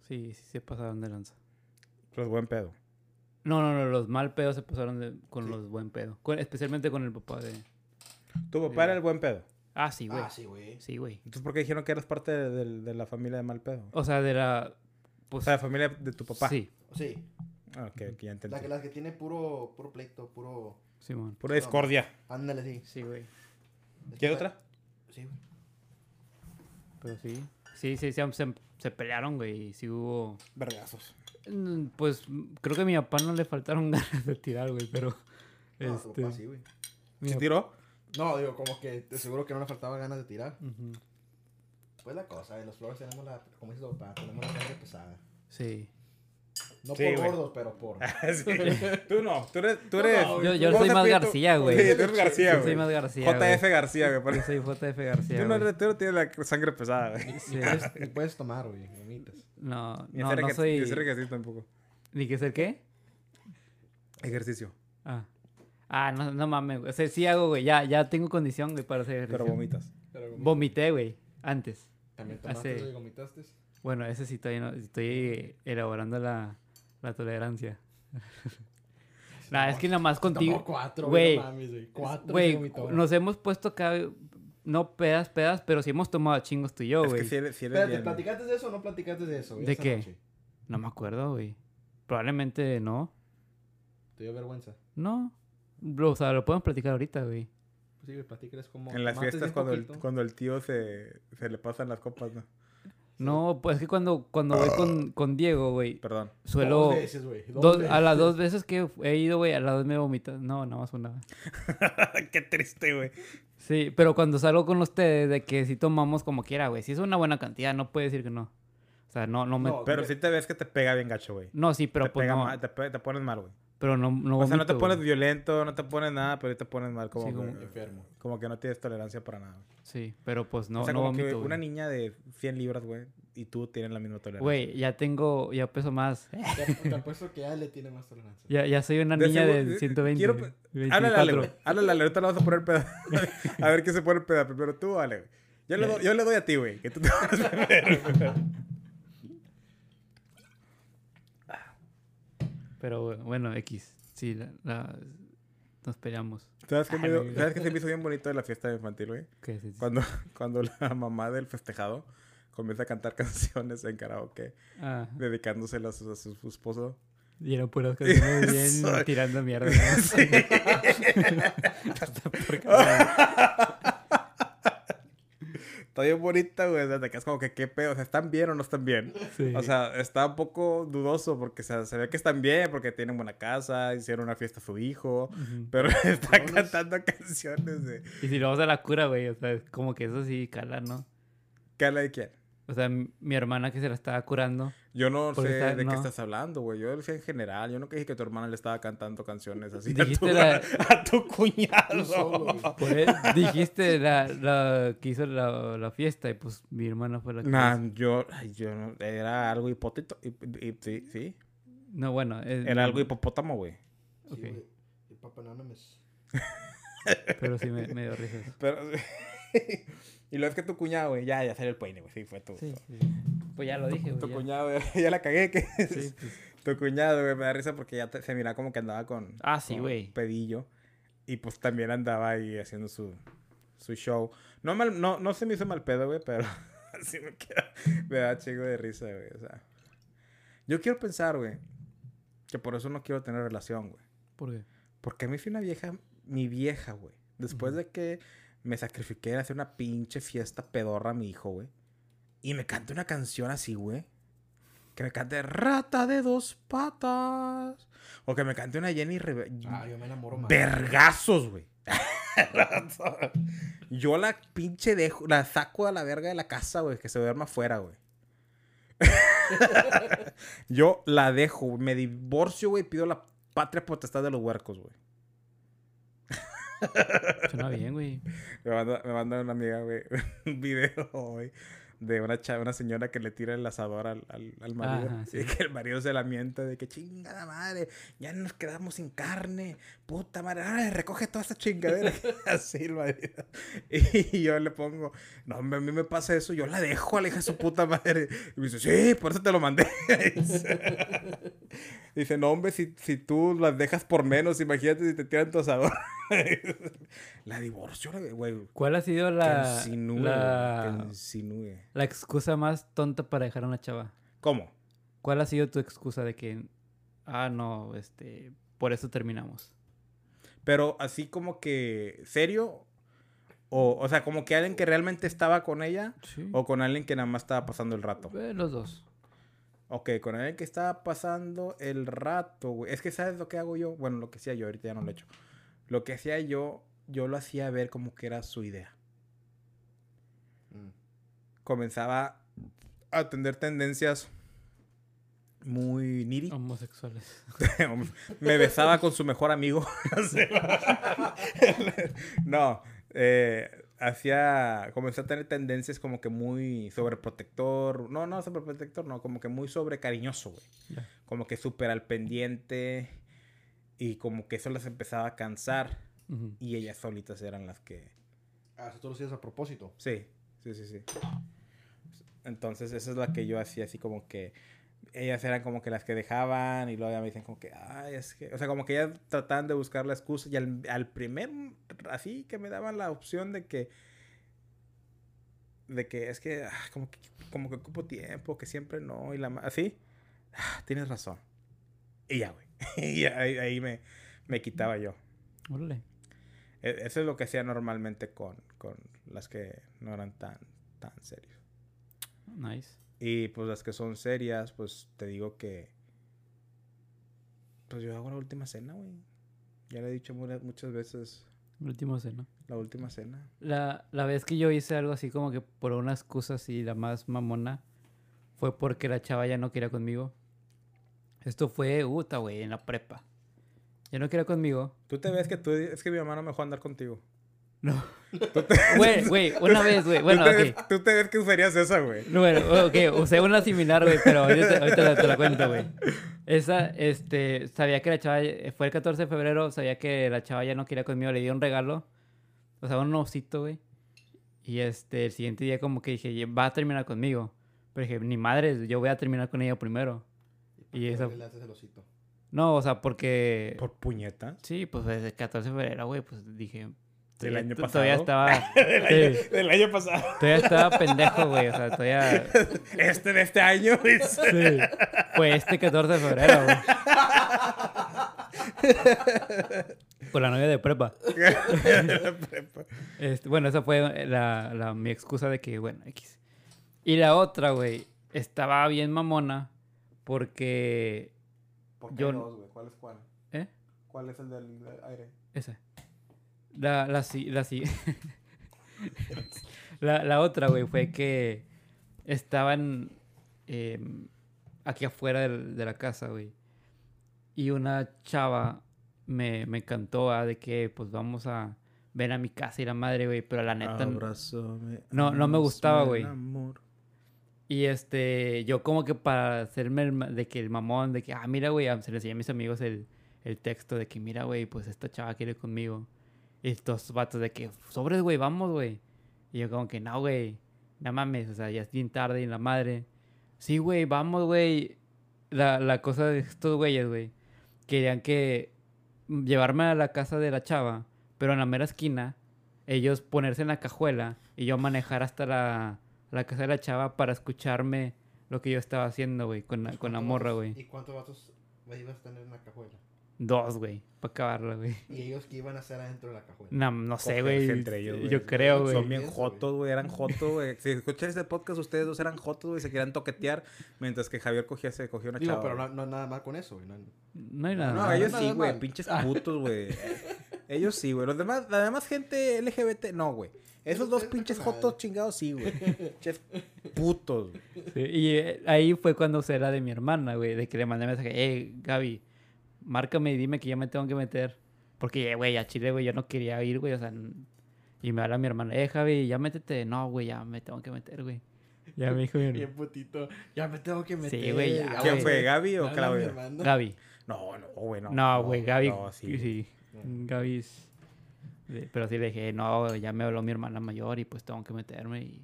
S3: Sí, sí se pasaron de lanza.
S2: güey. Los buen pedo.
S3: No, no, no, los mal pedos se pasaron de- con
S4: Sí.
S3: los buen pedos. Con- especialmente con el papá de.
S2: Tu papá era el buen pedo.
S3: Ah, sí, güey.
S4: Ah, sí, güey.
S3: sí, güey.
S2: Entonces, ¿por qué dijeron que eras parte de, de- de la familia de mal pedo?
S3: O sea, de la.
S2: O
S3: Pues,
S2: sea, la familia de tu papá.
S3: Oh. Sí,
S4: Sí.
S2: Ah, ok, ok, ya entendí.
S4: La que, las que tiene puro, puro pleito, puro.
S3: Simón.
S2: Pura discordia.
S4: Ándale, sí.
S3: Sí, güey.
S2: ¿Quieres otra?
S4: Sí, güey.
S3: Pero sí. Sí, sí, se, se- se pelearon, güey. Y sí hubo.
S2: Vergazos.
S3: Mm, Pues mm, creo que a mi papá no le faltaron ganas de tirar, güey, pero.
S4: No, pues, tu
S3: este,
S4: papá sí, güey.
S3: mi
S2: ¿Se
S3: papá-
S2: tiró?
S4: No, digo, como que te seguro que no le faltaba ganas de tirar.
S3: Ujú.
S4: Pues la cosa, de los flores tenemos la, como dice tu papá, tenemos la sangre pesada.
S3: Sí.
S4: No
S2: Sí,
S4: por
S2: güey. Ah.
S4: gordos, pero por...
S2: Sí. Tú no, tú eres... Tú eres
S3: Yo, yo
S2: ¿cómo
S3: soy
S2: se
S3: más
S2: pide tu-
S3: García,
S2: Sí,
S3: güey.
S2: tú eres García,
S3: Yo
S2: güey.
S3: soy más García.
S2: JF
S3: güey.
S2: García, me
S3: Yo
S2: parece.
S3: soy JF
S2: Tú
S3: García.
S2: no,
S3: güey.
S2: eres- tú no tienes la sangre pesada, güey.
S3: Sí.
S4: Ni puedes tomar, güey, vomitas.
S3: No,
S2: Ni
S3: no,
S2: hacer ejer-
S3: no
S2: ni hacer
S3: soy.
S2: ejercicio tampoco.
S3: ¿Ni que ser qué?
S2: Ejercicio.
S3: Ah. Ah, no, no mames, güey. O sea, sí hago, güey. Ya, ya tengo condición, güey, para hacer
S2: Pero
S3: ejercicio.
S2: vomitas.
S4: Pero
S3: Vomité, güey, antes.
S4: También
S3: tomaste,
S4: tomaste
S3: güey,
S4: y vomitaste.
S3: Bueno, ese sí todavía no, estoy elaborando la, la tolerancia. Nah, es que nada más contigo.
S4: cuatro,
S3: güey.
S4: güey. no mames, güey. Cuatro y
S3: Güey,
S4: vomitó.
S3: nos hemos puesto acá, no pedas, pedas, pero sí hemos tomado chingos tú y yo,
S2: es
S3: güey.
S2: que si eres, si eres
S4: Espérate,
S2: bien-
S4: ¿platicaste de eso o no platicaste de eso? güey,
S3: ¿De
S4: esa
S3: qué?
S4: noche?
S3: No me acuerdo, güey. Probablemente no.
S4: Te dio vergüenza.
S3: No. Lo- O sea, lo podemos platicar ahorita, güey.
S4: Pues sí, güey, platícales como...
S2: En las
S4: tomaste
S2: fiestas
S4: bien
S2: cuando el,
S4: poquito.
S2: cuando el tío se, se le pasan las copas, ¿no?
S3: No, pues es que cuando, cuando voy con, con Diego, güey,
S2: Perdón.
S3: suelo...
S4: Dos veces, güey. dos
S3: dos- a
S4: veces.
S3: las dos veces que he ido, güey, a las dos me vomitan. No, nada más una.
S2: Qué triste, güey.
S3: Sí, pero cuando salgo con ustedes, de que si tomamos como quiera, güey. Si es una buena cantidad, no puede decir que no. O sea, no, no me.
S4: No.
S3: No,
S2: Pero si te ves que te pega bien gacho, güey.
S3: sí,
S2: Pero
S3: pero
S2: te,
S3: pues
S2: pega
S3: no.
S2: mal- te, pe- te pones mal, güey.
S3: Pero no, no
S2: O sea, no
S3: vomito,
S2: te pones
S3: güey.
S2: violento, no te pones nada, pero te pones mal, como,
S3: Sí,
S2: que-
S3: como-
S4: Enfermo.
S2: como que no tienes tolerancia para nada.
S3: Sí, pero pues no,
S2: o sea,
S3: no
S2: como que
S3: vomito,
S2: una
S3: güey.
S2: niña de 100 libras, güey, y tú tienes la misma tolerancia.
S3: Güey, ya tengo, ya peso más.
S4: Te, te apuesto que ya le tiene más tolerancia.
S3: Ya, ya soy una
S2: De
S3: niña
S2: seguro-
S3: de
S2: eh,
S3: 120.
S2: quiero-
S3: güey,
S2: Háblale,
S3: 24.
S2: Ale, güey. Háblale, Ale. Ahorita le vas a poner peda. a ver qué se pone peda primero tú, Ale. güey. Yo le, doy, yo le doy a ti, güey. Que tú te vas a ver.
S3: Pero güey, bueno, X. Sí, la, la- nos peleamos.
S2: ¿Sabes qué, me
S3: Ah,
S2: dio-
S3: no, no.
S2: ¿Sabes qué se me hizo bien bonito de la fiesta infantil, güey?
S3: ¿Qué se dice?
S2: Cuando, cuando la mamá del festejado comienza a cantar canciones en karaoke,
S3: Ah,
S2: dedicándoselas a su, a su esposo.
S3: y eran puras canciones
S2: Eso.
S3: bien tirando mierda. ¿no?
S2: Sí.
S3: Hasta por cada-
S2: Está bien bonita, güey. O sea, te quedas como que qué pedo. O sea, ¿están bien o no están bien?
S3: Sí.
S2: O sea, está un poco dudoso porque o sea, se ve que están bien, porque tienen buena casa, hicieron una fiesta a su hijo,
S3: Ujú.
S2: pero
S3: Pues
S2: está
S4: Vámonos.
S2: cantando canciones de...
S3: Y si lo vamos a la cura, güey, o sea, es como que eso sí cala, ¿no?
S2: ¿Qué habla de quién?
S3: O sea, m- mi hermana que se la estaba curando.
S2: Yo no
S3: Porque
S2: sé
S3: Pues está-
S2: de
S3: no.
S2: qué estás hablando, güey. Yo sé en general. Yo nunca dije que tu hermana le estaba cantando canciones así a tu,
S3: Dijiste la-
S2: a tu cuñado.
S4: Tú solo, güey.
S3: Por él dijiste la, la que hizo la, la fiesta y pues mi hermana fue la que...
S2: Nah,
S3: hizo.
S2: yo, ay, yo no- era algo hipótito. hip- hip- sí, sí.
S3: No, bueno. es- mm,
S2: Era algo hipopótamo, güey.
S4: Sí,
S3: Ok,
S4: güey. Y Papa Anonymous.
S3: pero sí me, me dio risas.
S2: Pero... y lo es que tu cuñado, güey, ya, ya salió el peine, güey. Sí, fue tu...
S3: Sí, sí. Pues ya lo
S2: tu-
S3: dije,
S2: tu
S3: güey. ya.
S2: cuñado, güey, ya la cagué. Que
S3: Sí, pues,
S2: Tu cuñado, güey, me da risa porque ya te- se mira como que andaba con...
S3: Ah, sí,
S2: con
S3: güey.
S2: Pedillo. Y pues también andaba ahí haciendo su, su show. No, mal- no, no se me hizo mal pedo, güey, pero sí me, queda, me da chingo de risa, güey. O sea, yo quiero pensar, güey, que por eso no quiero tener relación, güey.
S3: ¿Por qué?
S2: Porque a mí fui una vieja, mi vieja, güey. Después de que me sacrifiqué en hacer una pinche fiesta pedorra a mi hijo, güey. Y me cante una canción así, güey. Que me cante Rata de dos patas. O que me cante una Jenny Rivera.
S4: Ah, yo me enamoro más.
S2: Vergazos, güey. Yo la pinche dejo, la saco a la verga de la casa, güey, que se duerma afuera, güey. Yo la dejo, güey, me divorcio, güey, pido la patria potestad de los huercos, güey.
S3: Suena bien, güey.
S2: Me manda, me manda una amiga, güey, un video, güey, de una chava, una señora que le tira el asador al, al, al marido.
S3: Ajá, sí.
S2: Y que el marido se lamenta de que chingada madre, ya nos quedamos sin carne, puta madre, ahora recoge toda esta chingadera. Así el marido. Y yo le pongo, no, hombre, a mí me pasa eso, yo la dejo a la hija de su puta madre. Y me dice, sí, por eso te lo mandé. Dice, no, hombre, si, si tú las dejas por menos, imagínate si te tiran tu asador. la divorcio, la- güey.
S3: ¿Cuál ha sido
S2: La,
S3: la,
S2: que insinúe, güey,
S3: la,
S2: que insinúe.
S3: la excusa más tonta para dejar a una chava?
S2: ¿Cómo?
S3: ¿Cuál ha sido tu excusa de que, ah, no, este, por eso terminamos?
S2: Pero así como que serio. O, o sea, como que alguien que realmente estaba con ella.
S3: Sí.
S2: O con alguien que nada más estaba pasando el rato.
S3: Eh, los dos.
S2: Ok, con alguien que estaba pasando el rato, güey. Es que ¿sabes lo que hago yo? Bueno, lo que hacía yo, ahorita ya no lo he hecho. Lo que hacía yo, yo lo hacía ver como que era su idea.
S4: Mm.
S2: comenzaba a atender tendencias muy niri.
S3: Homosexuales.
S2: Me besaba con su mejor amigo. no, eh, hacía, comencé a tener tendencias como que muy sobreprotector. No, no, sobreprotector, no, como que muy sobrecariñoso, güey.
S3: Ya.
S2: Como que súper al pendiente y como que eso las empezaba a cansar
S3: Ujú.
S2: y ellas solitas eran las que...
S4: Ah, eso tú lo hacías a propósito.
S2: Sí, sí, sí, sí. Entonces, esa es la que yo hacía así como que ellas eran como que las que dejaban y luego ya me dicen como que, ay, es que, o sea, como que ellas trataban de buscar la excusa y al, al primer, así que me daban la opción de que, de que es que, ah, como que, como que ocupo tiempo, que siempre no, y la, ma- así, ah, tienes razón. Y ya, güey. y ahí, ahí me, me quitaba yo.
S3: Órale.
S2: E- Eso es lo que hacía normalmente con, con las que no eran tan, tan serias.
S3: Nice.
S2: Y pues las que son serias, pues te digo que. Pues yo hago la última cena, güey. Ya le he dicho mu- muchas veces
S3: La última cena.
S2: la última cena.
S3: La, la vez que yo hice algo así como que por una excusa así, la más mamona, fue porque la chava ya no quería conmigo. Esto fue, puta, güey, en la prepa. Yo no quiero conmigo.
S2: Tú te ves que tú... Es que mi mamá no me dejó andar contigo.
S3: No. Güey, güey, una vez, güey. Bueno,
S2: tú, te ves,
S3: ok.
S2: tú te ves que usarías esa, güey.
S3: No, bueno, ok, usé una similar, güey, pero ahorita, te- ahorita te, te la cuento, güey. Esa, este, sabía que la chava, fue el 14 de febrero, sabía que la chava ya no quería conmigo, le di un regalo, o sea, un osito, güey. Y este, el siguiente día como que dije, "Ya va a terminar conmigo. Pero dije, ni madres, yo voy a terminar con ella primero. Y esa-
S4: Le haces el osito.
S3: No, o sea, porque...
S2: Por puñetas.
S3: Sí, pues desde el 14 de febrero, güey, pues dije...
S2: Del año
S3: to- Todavía
S2: pasado.
S3: estaba...
S2: Del año,
S3: Sí.
S2: del año pasado.
S3: Todavía estaba pendejo, güey, o sea, todavía...
S2: Este de este año. dice.
S3: Sí. Fue este 14 de febrero, güey. Con la novia de prepa. Este, bueno, esa fue la, la- mi excusa de que, bueno, X. Y la otra, güey, estaba bien mamona porque...
S2: ¿Por
S3: qué Yo-
S2: dos, güey? ¿Cuál es cuál?
S3: ¿Eh?
S2: ¿Cuál es el del aire?
S3: Esa. La, la, si- la, si- la, la otra, güey, fue que estaban eh, aquí afuera del- de la casa, güey. Y una chava me, me cantó ah, de que, pues, vamos a ver a mi casa y la madre, güey. Pero la
S2: Ah,
S3: neta... No, no me gustaba, güey. Y este, yo como que para hacerme el ma- de que el mamón, de que, ah, mira, güey, ah, se le enseñé a mis amigos el, el texto de que, mira, güey, pues esta chava quiere conmigo. Y estos vatos de que, sobres, güey, vamos, güey. Y yo como que, no, güey, no mames, o sea, ya es bien tarde y la madre. Sí, güey, vamos, güey. La, la cosa de estos güeyes, güey, querían que llevarme a la casa de la chava, pero en la mera esquina, ellos ponerse en la cajuela y yo manejar hasta la, la casa de la chava para escucharme lo que yo estaba haciendo, güey, con la, con la
S4: ¿Cuántos
S3: morra,
S4: vatos-
S3: güey.
S4: ¿Y cuántos vatos güey, ibas a tener en la cajuela?
S3: Dos, güey, para acabarla, güey.
S4: ¿Y ellos qué iban a hacer adentro de la cajuela?
S3: No, no sé,
S2: Cogerse
S3: güey.
S2: entre ellos, güey.
S3: Yo creo, güey.
S2: Son bien
S4: Eso,
S2: jotos, güey. Eran jotos, güey. Si escuchan este podcast, ustedes dos eran jotos, güey. Se querían toquetear mientras que Javier cogía, se cogió una
S4: Digo,
S2: chava.
S4: pero
S3: Ah.
S2: güey.
S4: no, no nada mal con eso, güey. no-
S3: No hay nada.
S2: No,
S4: no,
S2: ellos
S4: no,
S2: sí,
S4: no,
S2: güey.
S4: no. Ah.
S2: Pinches putos, güey. Ellos sí, güey. Los demás, la demás gente LGBT, no, güey. Esos dos pinches jotos chingados, sí, güey. Pinches putos, güey.
S3: Sí, Y eh, ahí fue cuando se era de mi hermana, güey, de que le mandé mensaje, hey, Gaby, márcame y dime que ya me tengo que meter. Porque, eh, güey, a Chile, güey, yo no quería ir, güey, o sea, n- y me habla mi hermana, eh, Javi, ya métete. No, güey, ya me tengo que meter, güey. Ya me dijo mi hermana.
S4: Bien putito. Ya me tengo que meter.
S3: güey, ya,
S2: ¿Quién
S3: güey.
S2: fue, Gaby o
S4: Habla mi
S2: Claudia?
S4: hermano.
S3: Gaby.
S2: No, no, güey, no.
S3: No, güey, Gaby.
S2: no, sí,
S3: sí,
S2: güey.
S3: Gaby es- de- Pero sí le dije, no, ya me habló mi hermana mayor y pues tengo que meterme y...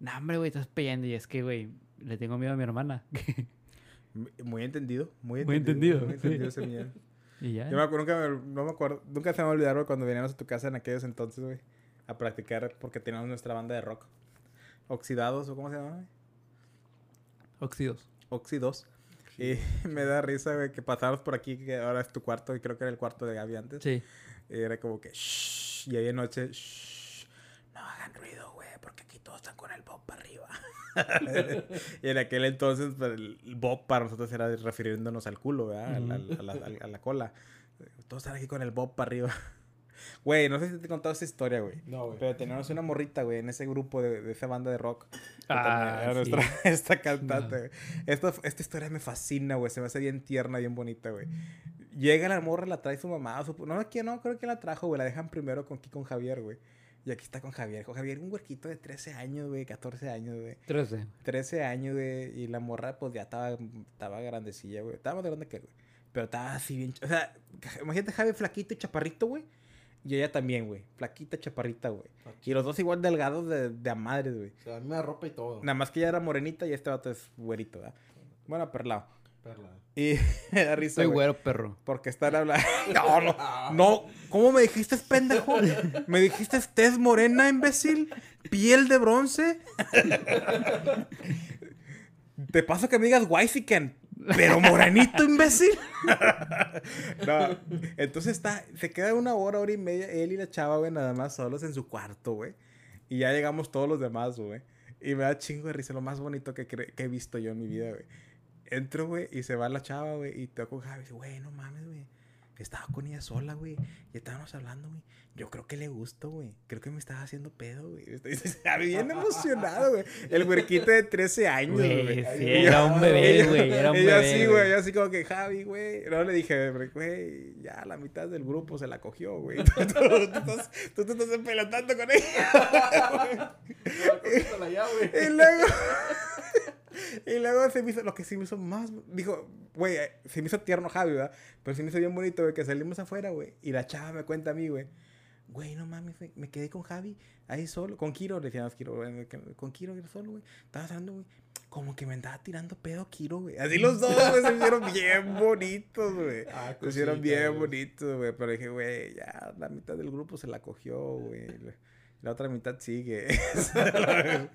S3: No, hombre, güey, estás peleando y es que, güey, le tengo miedo a mi hermana.
S2: Muy entendido, muy entendido.
S3: Muy entendido,
S2: muy
S3: sí.
S2: entendido ese miedo.
S3: y ya.
S2: Yo me acuerdo, nunca, me, no me acuerdo, nunca se me va a olvidar, güey, cuando veníamos a tu casa en aquellos entonces, güey, a practicar porque teníamos nuestra banda de rock. Oxidados, ¿o cómo se llama?
S3: Óxidos.
S2: Oxidos. Y me da risa, güey, que pasábamos por aquí, que ahora es tu cuarto, y creo que era el cuarto de Gaby antes.
S3: Sí.
S2: Y era como que, shh, y ahí de noche, shh, no hagan ruido, güey, porque aquí todos están con el Bob para arriba. y en aquel entonces, pues, el Bob para nosotros era refiriéndonos al culo, ¿verdad? Al- al- a, la, a la cola. Todos están aquí con el Bob para arriba. Güey, no sé si te he contado esa historia, güey.
S4: No, güey.
S2: Pero teníamos una morrita, güey, en ese grupo de, de esa banda de rock. que también
S3: Ah,
S2: era
S3: sí.
S2: nuestra- esta cantante, güey. Esta, esta historia me fascina, güey. Se me hace bien tierna, bien bonita, güey. Llega la morra, la trae su mamá. o su- No, aquí no, creo que la trajo, güey. La dejan primero con aquí con Javier, güey. Y aquí está con Javier. Con Javier, un huerquito de 13 años, güey. 14 años, güey.
S3: 13.
S2: 13 años, güey. Y la morra, pues ya estaba, estaba grandecilla, güey. Estaba más grande que él, güey. Pero estaba así bien. ch- O sea, imagínate Javi flaquito y chaparrito, güey. Y ella también, güey. Flaquita, chaparrita, güey. Y los dos igual delgados de, de a madres, güey.
S4: O sea, la misma ropa y todo.
S2: Nada más que ella era morenita y este vato es güerito, ¿verdad? Bueno, perlado.
S4: Perla.
S2: Y me da risa,
S3: Soy
S2: güey.
S3: güero, perro.
S2: Porque están hablando. No, no. No, ¿cómo me dijiste, pendejo? ¿Me dijiste tez morena, imbécil? ¿Piel de bronce? Te paso que me digas Waisican, pero moranito, imbécil. No, entonces está, se queda una hora, hora y media, él y la chava, güey, nada más solos en su cuarto, güey. Y ya llegamos todos los demás, güey. Y me da chingo de risa, lo más bonito que, cre- que he visto yo en mi vida, güey. Entro, güey, y se va la chava, güey, y toco Javi, güey, no mames, güey. Estaba con ella sola, güey. Y estábamos hablando, güey. Yo creo que le gusto, güey. Creo que me estaba haciendo pedo, güey. Estaba bien emocionado, güey. El huerquito de 13 años, güey.
S3: Güey, sí,
S2: Y
S3: era
S2: yo-
S3: un bebé,
S2: y yo-
S3: güey. Era un
S2: y yo
S3: bebé.
S2: así, güey, yo así como que Javi, güey. No le dije, güey, ya la mitad del grupo se la cogió, güey. Tú, tú- tú estás- tú te estás empelotando con ella.
S4: No, la llave.
S2: Y luego. Y luego se me hizo, lo que sí me hizo más, dijo, güey, eh, se me hizo tierno Javi, ¿verdad? Pero se me hizo bien bonito, güey, que salimos afuera, güey. Y la chava me cuenta a mí, güey, güey, no mames, güey, me quedé con Javi ahí solo, con Kiro, le decíamos Kiro, güey, me quedé con Kiro solo, güey. Estaba hablando, güey, como que me andaba tirando pedo Kiro, güey. Así los dos, güey, se me hicieron bien bonitos, güey.
S4: Ah,
S2: Se hicieron
S4: cosita,
S2: bien
S4: güey.
S2: bonitos, güey. Pero dije, güey, ya la mitad del grupo se la cogió, güey. La- La otra mitad sigue.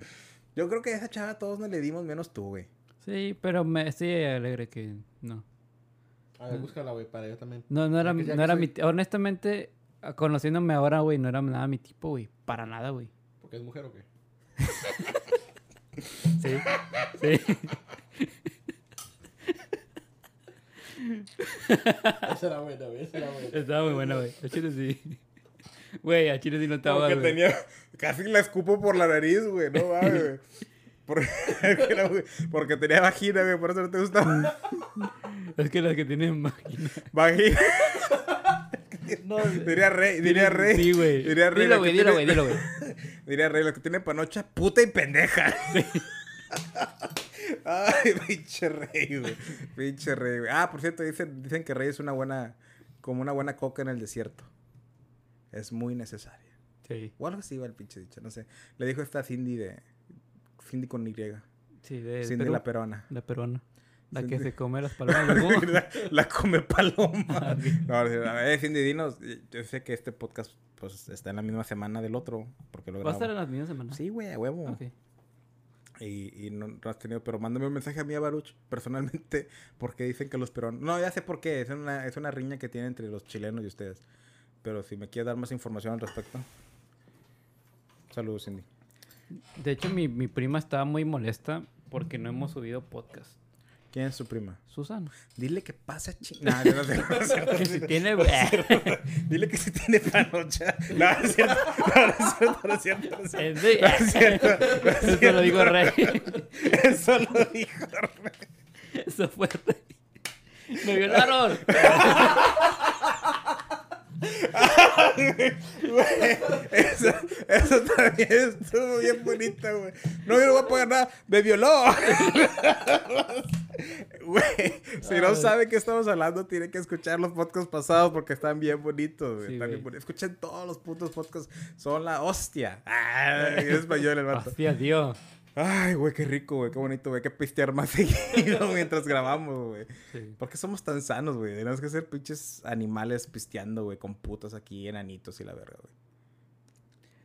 S2: Yo creo que a esa chava todos nos le dimos menos tú, güey.
S3: Sí, pero me estoy alegre que no.
S4: A ver, búscala, güey, para yo también.
S3: No, no era,
S4: Ya que- ya
S3: no
S4: que
S3: era
S4: soy-
S3: mi... ti- Honestamente, a- conociéndome ahora, güey, no era nada mi tipo, güey. Para nada, güey.
S4: ¿Porque es mujer o qué?
S3: Sí. sí.
S4: Esa era buena, güey. Esa era buena.
S3: Estaba muy buena, güey. A Chile sí. Güey, a Chile sí no estaba,
S2: Porque
S3: güey.
S2: tenía... Casi la escupo por la nariz, güey. No mames, güey. Por- Porque, era muy- porque tenía vagina, güey. Por eso no te
S3: Mm.
S2: gustaba.
S3: Es que las que tienen máquina.
S2: Vagina.
S3: No,
S2: Diría rey, diría rey.
S3: Sí, güey.
S2: Diría rey.
S3: Dilo,
S2: la
S3: güey,
S2: que
S3: dilo, güey,
S2: tiene-
S3: dilo, güey.
S2: Diría rey, lo que tiene panocha, puta y pendeja. Ay, pinche rey, güey. Pinche rey, güey. Ah, por cierto, dicen, dicen que rey es una buena... Como una buena coca en el desierto. Es muy necesaria.
S3: Sí,
S2: O algo así va el pinche dicho, no sé. Le dijo esta Cindy de... Cindy con Y.
S3: sí, de
S2: Cindy
S3: Eh, Perú.
S2: la peruana.
S3: La peruana. La que
S2: Cindy.
S3: se come las palomas. ¿no?
S2: la, la come
S3: Ah,
S2: paloma. No, a ver, eh, Cindy, dinos. Yo sé que este podcast pues está en la misma semana del otro. Porque lo
S3: Va a estar en
S2: grabo.
S3: las mismas semanas.
S2: Sí, güey, a huevo.
S3: Ok.
S2: Y, y no, no has tenido, pero mándame un mensaje a mí, a Baruch, personalmente, porque dicen que los peruanos. No, ya sé por qué. Es una, es una riña que tiene entre los chilenos y ustedes. Pero si me quieres dar más información al respecto. Saludos, Cindy.
S3: De hecho, mi, mi prima estaba muy molesta porque no hemos subido podcast.
S2: ¿Quién es su prima?
S3: Susana.
S2: Dile que pasa chingada. No, no, no, no, no, no,
S3: Que si tiene...
S2: Dile que si tiene panocha. No, no es cierto. No, no es cierto. No es cierto. No es cierto.
S3: Sí.
S2: No es cierto, no es
S3: Eso te lo digo
S2: cierto.
S3: rey. Eh,
S2: Eso lo dijo Rey.
S3: Eso fue rey. ¡Me violaron!
S2: Eso, eso también estuvo bien bonita, güey. No, yo no voy a pagar nada. Me violó. Güey, si no sabe qué estamos hablando, tiene que escuchar los podcasts pasados porque están bien bonitos, güey.
S3: Sí,
S2: Están bien
S3: güey.
S2: boni- Escuchen todos los putos podcasts. Son la hostia. Ah, es español el vato.
S3: Hostia, Dios.
S2: Ay, güey, qué rico, güey. Qué bonito, güey. Qué pistear más seguido mientras grabamos, güey.
S3: Sí.
S2: ¿Por qué somos tan sanos, güey? Tenemos que ser pinches animales pisteando, güey, con putas aquí, enanitos y la verga, güey.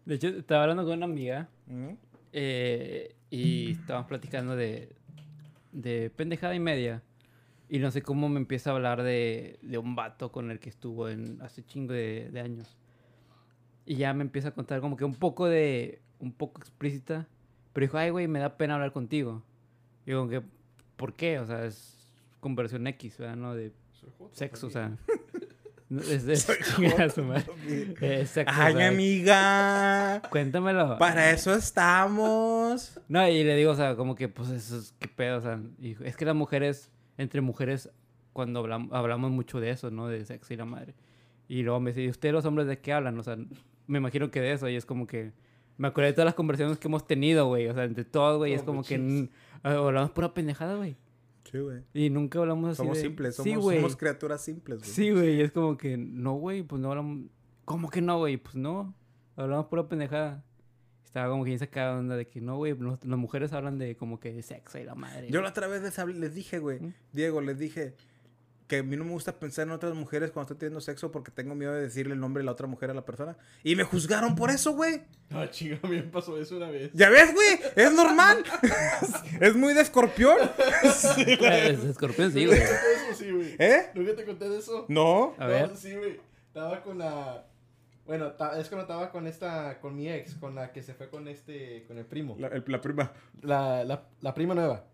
S3: De hecho, estaba hablando con una amiga
S2: Ujú.
S3: eh, y estábamos platicando de, de pendejada y media. Y no sé cómo me empieza a hablar de, de un vato con el que estuvo en, hace chingo de, de años. Y ya me empieza a contar como que un poco de... Un poco explícita. Pero dijo, ay, güey, me da pena hablar contigo. Y yo como que, ¿por qué? O sea, es conversión X, ¿verdad? No de
S4: Soy joto,
S3: sexo, o
S4: también.
S3: sea... no, Es de chingar a su madre. Eh, sexo, o
S2: Ay,
S3: sea,
S2: amiga.
S3: Cuéntamelo.
S2: Para eso estamos.
S3: No, y le digo, o sea, como que, pues, eso es, qué pedo, o sea, y dijo, es que las mujeres, entre mujeres, cuando hablam- hablamos mucho de eso, ¿no? De sexo y la madre. Y luego me dice, ¿y ustedes los hombres de qué hablan? O sea, me imagino que de eso, y es como que, me acuerdo de todas las conversaciones que hemos tenido, güey, o sea, entre todos, güey, y es
S4: Oh,
S3: como que
S4: bitches.
S3: mm, hablamos pura pendejada, güey.
S2: Sí, güey.
S3: Y nunca hablamos así
S2: Somos
S3: de-
S2: simples,
S3: Sí,
S2: somos,
S3: güey.
S2: somos criaturas simples, güey.
S3: Sí, güey, y es como que, no, güey, pues no hablamos. ¿Cómo que no, güey? Pues no, hablamos pura pendejada. Estaba como que bien sacada de onda de que no, güey, no- las mujeres hablan de como que de sexo y la madre.
S2: Yo la otra vez les, hablé- les dije, güey,
S3: ¿Mm?
S2: Diego, les dije que a mí no me gusta pensar en otras mujeres cuando estoy teniendo sexo porque tengo miedo de decirle el nombre de la otra mujer a la persona. Y me juzgaron por eso, güey.
S4: Ah, chinga, a mí me pasó eso una vez.
S2: ¿Ya ves, güey? Es normal. es muy de escorpión.
S3: Es escorpión, sí, güey.
S4: Nunca te conté de eso, sí, güey.
S2: ¿Eh?
S4: Nunca te conté de eso.
S2: No.
S3: A
S4: No,
S3: ver.
S4: Sí, güey. Estaba con la. Bueno, ta- es cuando estaba con esta, con mi ex, con la que se fue con este, con el primo.
S2: La, el- la prima.
S4: La, la, la prima nueva.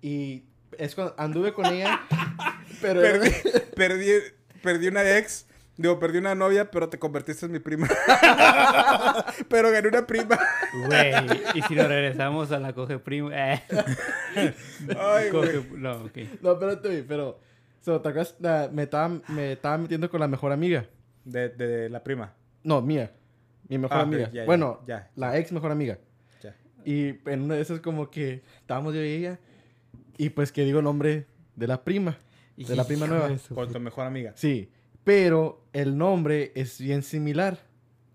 S4: Y es cuando anduve con ella, pero...
S2: Perdí, perdí, perdí una ex. Digo, perdí una novia, pero te convertiste en mi prima. pero gané una prima.
S3: Güey, y si nos regresamos a la coge prima. Eh.
S2: Ay,
S3: Coge-
S2: güey.
S3: no, ok.
S4: No, espérate, güey, pero. so, ¿Te acuerdas? La- me, estaba, me estaba metiendo con la mejor amiga.
S2: De, de la prima.
S4: No, mía. Mi mejor
S2: Ah, ok,
S4: amiga.
S2: ya, ya,
S4: bueno,
S2: ya.
S4: la ex mejor amiga.
S2: Ya.
S4: Y en una de esas, como que estábamos yo y ella. Y pues que digo el nombre de la prima. De la prima
S3: Hijo
S4: nueva.
S3: de su
S2: Con
S3: puta-
S2: tu mejor amiga.
S4: Sí. Pero el nombre es bien similar.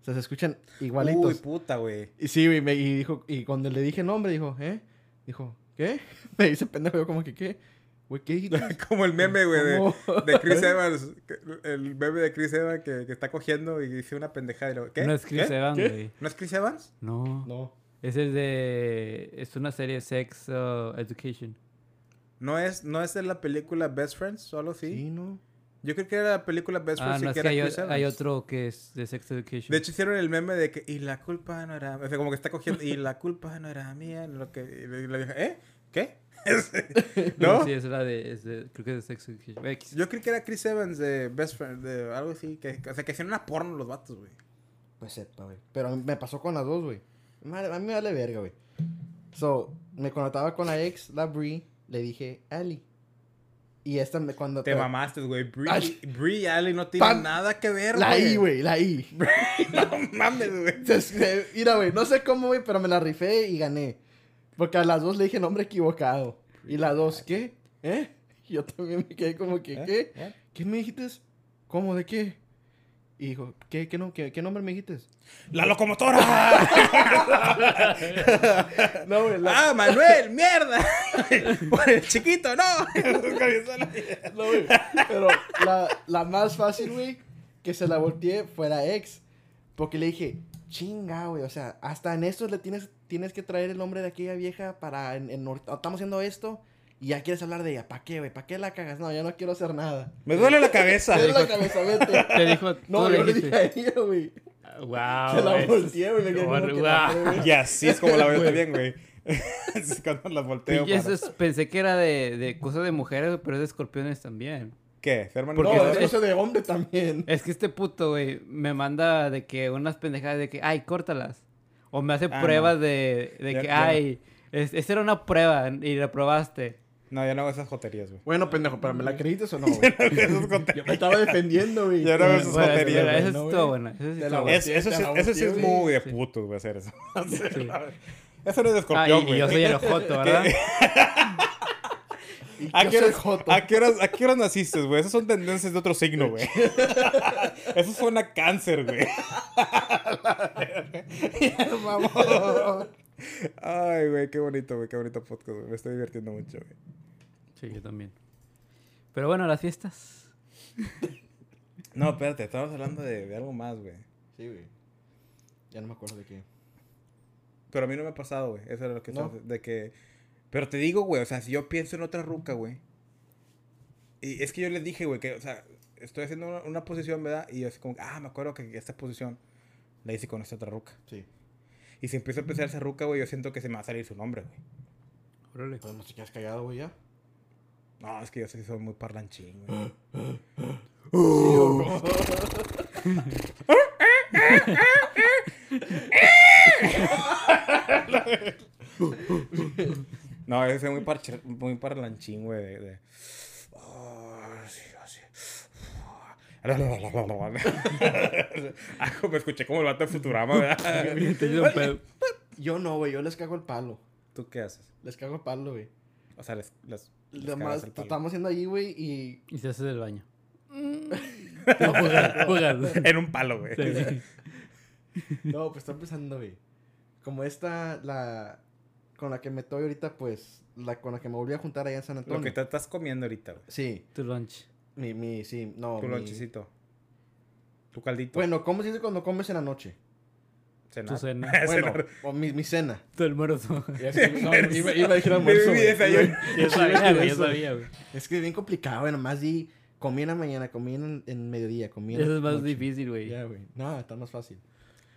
S4: O sea, se escuchan igualitos.
S2: Uy, puta, güey.
S4: Y sí, güey, me- y dijo, y cuando le dije el nombre, dijo, ¿eh? Dijo, ¿qué? Me dice pendejo, yo como que, ¿qué? Güey, ¿qué dijiste?
S2: Como el meme, güey, de,
S4: ¿Cómo?
S2: de Chris Evans. que- El meme de Chris Evans que, que está cogiendo y dice una pendejada. y luego, ¿Qué?
S3: No es Chris
S2: ¿Qué?
S3: Evans,
S4: ¿Qué?
S3: güey.
S2: ¿No es Chris Evans?
S3: No.
S4: No.
S3: Ese es de. Es una serie Sex uh, Education.
S2: ¿No es, ¿No es de la película Best Friends? ¿Solo sí?
S4: Sí, no.
S2: Yo creo que era la película Best
S3: Ah,
S2: Friends
S3: no,
S2: y
S3: es
S2: que
S3: que
S2: era
S3: hay,
S2: Chris
S3: o-
S2: Evans.
S3: hay otro que es de Sex Education.
S2: De hecho, hicieron el meme de que, y la culpa no era... O sea, como que está cogiendo, y la culpa no era mía, lo que... Y le, y le dije, ¿eh? ¿Qué? ¿No?
S3: Sí, es la de, es de- Creo que es de Sex Education. X.
S2: Yo creí que era Chris Evans de Best Friends, de algo así. Que, o sea, que hacían una porno los vatos, güey.
S4: Pues sepa, güey. Pero a mí- me pasó con las dos, güey. Madre- A mí me vale verga, güey. So, me conectaba con la ex, la Brie, le dije Ali. Y esta me cuando...
S2: Te mamaste, güey. Brie,
S4: Ay.
S2: Brie Allen no tiene
S4: Pam.
S2: nada que ver,
S4: La I,
S2: güey.
S4: güey, la I.
S2: no mames, güey.
S4: Se- se- Mira, güey, no sé cómo, güey, pero me la rifé y gané. Porque a las dos le dije nombre equivocado. Y las dos, ¿qué? ¿Eh? Yo también me quedé como que, ¿qué?
S2: ¿Eh?
S4: ¿Qué me dijiste? ¿Cómo? ¿De qué? Y dijo, ¿qué, qué, no, qué, qué nombre me dijiste?
S2: ¡La locomotora!
S4: No, güey, la-
S2: ¡Ah, Manuel! ¡Mierda! Por el chiquito, no!
S4: no, güey. Pero la, la más fácil, güey, que se la volteé fue la ex. Porque le dije, chinga, güey, o sea, hasta en esto le tienes, tienes que traer el nombre de aquella vieja para, en, en- estamos haciendo esto y ya quieres hablar de ella. ¿Para qué, güey? ¿Para qué la cagas? No, yo no quiero hacer nada.
S2: Me duele la cabeza.
S4: Pero la cabeza, vete.
S3: Te dijo.
S4: No,
S3: tú le
S4: yo le dije a
S3: dijiste. Ah,
S4: ella, güey.
S3: Wow.
S4: Se la volteé, güey. le quedé como que
S3: ah,
S4: la madre, güey.
S2: Y así es como la veo también, güey. Es Cuando las volteo.
S3: Y eso
S2: para-
S3: es- pensé que era de, de cosas de mujeres, pero es de escorpiones también.
S2: ¿Qué? ¿Ser
S3: Porque
S4: No,
S2: manipulador?
S4: es cosa de hombre también.
S3: Es que este puto, güey, me manda de que unas pendejadas de que, ay, córtalas. O me hace
S2: Ah,
S3: pruebas de, de
S2: Ya-
S3: que,
S2: ya no.
S3: ay, es- esa era una prueba y la probaste.
S2: No, yo no hago esas joterías, güey.
S4: Bueno, pendejo, pero ¿me la creíste o no, güey?
S2: Esas
S4: Yo
S2: joterías.
S4: me estaba defendiendo, güey.
S2: Yo no veo esas
S3: Bueno,
S2: joterías,
S3: pero
S2: güey,
S3: eso
S4: ¿no,
S3: es
S4: güey?
S3: todo bueno. Eso sí
S4: Te la
S3: estuvo
S4: voy
S3: bueno.
S2: Es- eso, sí,
S4: Te la
S2: eso sí es
S4: volteé, güey.
S2: muy de
S3: Sí.
S2: puto, güey, hacer eso.
S3: Sí.
S2: Eso no es de
S3: Ah,
S2: escorpión,
S3: y,
S2: güey.
S3: y yo soy el ojoto, ¿verdad?
S4: Y
S2: ¿A
S4: yo
S2: qué,
S4: soy
S2: horas,
S4: joto.
S2: ¿a, qué horas, ¿A qué horas naciste, güey? Esas son tendencias de otro signo, güey. Eso suena a cáncer, güey.
S4: Vamos.
S2: Ay, güey, qué bonito, güey. Qué bonito podcast, güey. Me estoy divirtiendo mucho, güey.
S3: Sí, yo también. Pero bueno, las fiestas.
S2: No, espérate. Estábamos hablando de, de algo más, güey.
S4: Sí, güey. Ya no me acuerdo de qué.
S2: Pero a mí no me ha pasado, güey. Eso era lo que...
S4: No.
S2: estaba- De que... Pero te digo, güey. O sea, si yo pienso en otra ruca, güey. Y es que yo les dije, güey, que... O sea, estoy haciendo una, una posición, ¿verdad? Y yo así como... Ah, me acuerdo que esta posición la hice con esta otra ruca.
S4: Sí.
S2: Y si empiezo a pensar esa ruca, güey, yo siento que se me va a salir su nombre, güey.
S3: Órale.
S4: Pero Pues, no te quedas callado, güey, ya.
S2: No, es que yo sí soy muy parlanchín, güey. Uh. No, yo soy muy, parche- muy parlanchín, güey. De, de- Oh, sí, así. Ah, como me escuché como el vato de Futurama, ¿verdad?
S3: Bien, te dio un pedo.
S4: Yo no, güey. Yo les cago el palo.
S2: ¿Tú qué haces?
S4: Les cago el palo, güey.
S2: O sea, les... les, les
S4: Lo
S2: cagas
S4: más,
S2: el
S4: te
S2: palo.
S4: estamos haciendo ahí, güey, y...
S3: Y se hace del baño. No, jugar, jugar.
S2: En un palo, güey.
S3: Sí.
S4: No, pues está empezando, güey. Como esta, la... Con la que me estoy ahorita, pues... La con la que me volví a juntar allá en San
S2: Lo que
S4: Antonio.
S2: te estás comiendo ahorita, güey.
S4: Sí.
S3: Tu lunch.
S4: Mi, mi, sí. No,
S2: Tu
S4: mi-
S2: lonchecito. Tu caldito.
S4: Bueno, ¿cómo se dice cuando comes en la noche?
S2: cenar.
S3: Tu cena.
S4: Bueno,
S2: Cenar.
S4: o mi, mi cena.
S3: Tu almuerzo.
S4: Ya sé, no, iba, iba a decir
S2: Mi-
S4: almuerzo,
S2: mi
S4: güey.
S2: desayuno.
S3: Ya sabía, güey, ya sabía, güey.
S4: Es que es bien complicado, güey. Nomás di... Comí en la mañana, comí en, en mediodía, comí en la
S3: Eso es más
S4: noche.
S3: difícil, güey.
S4: Ya, güey. No, está más fácil.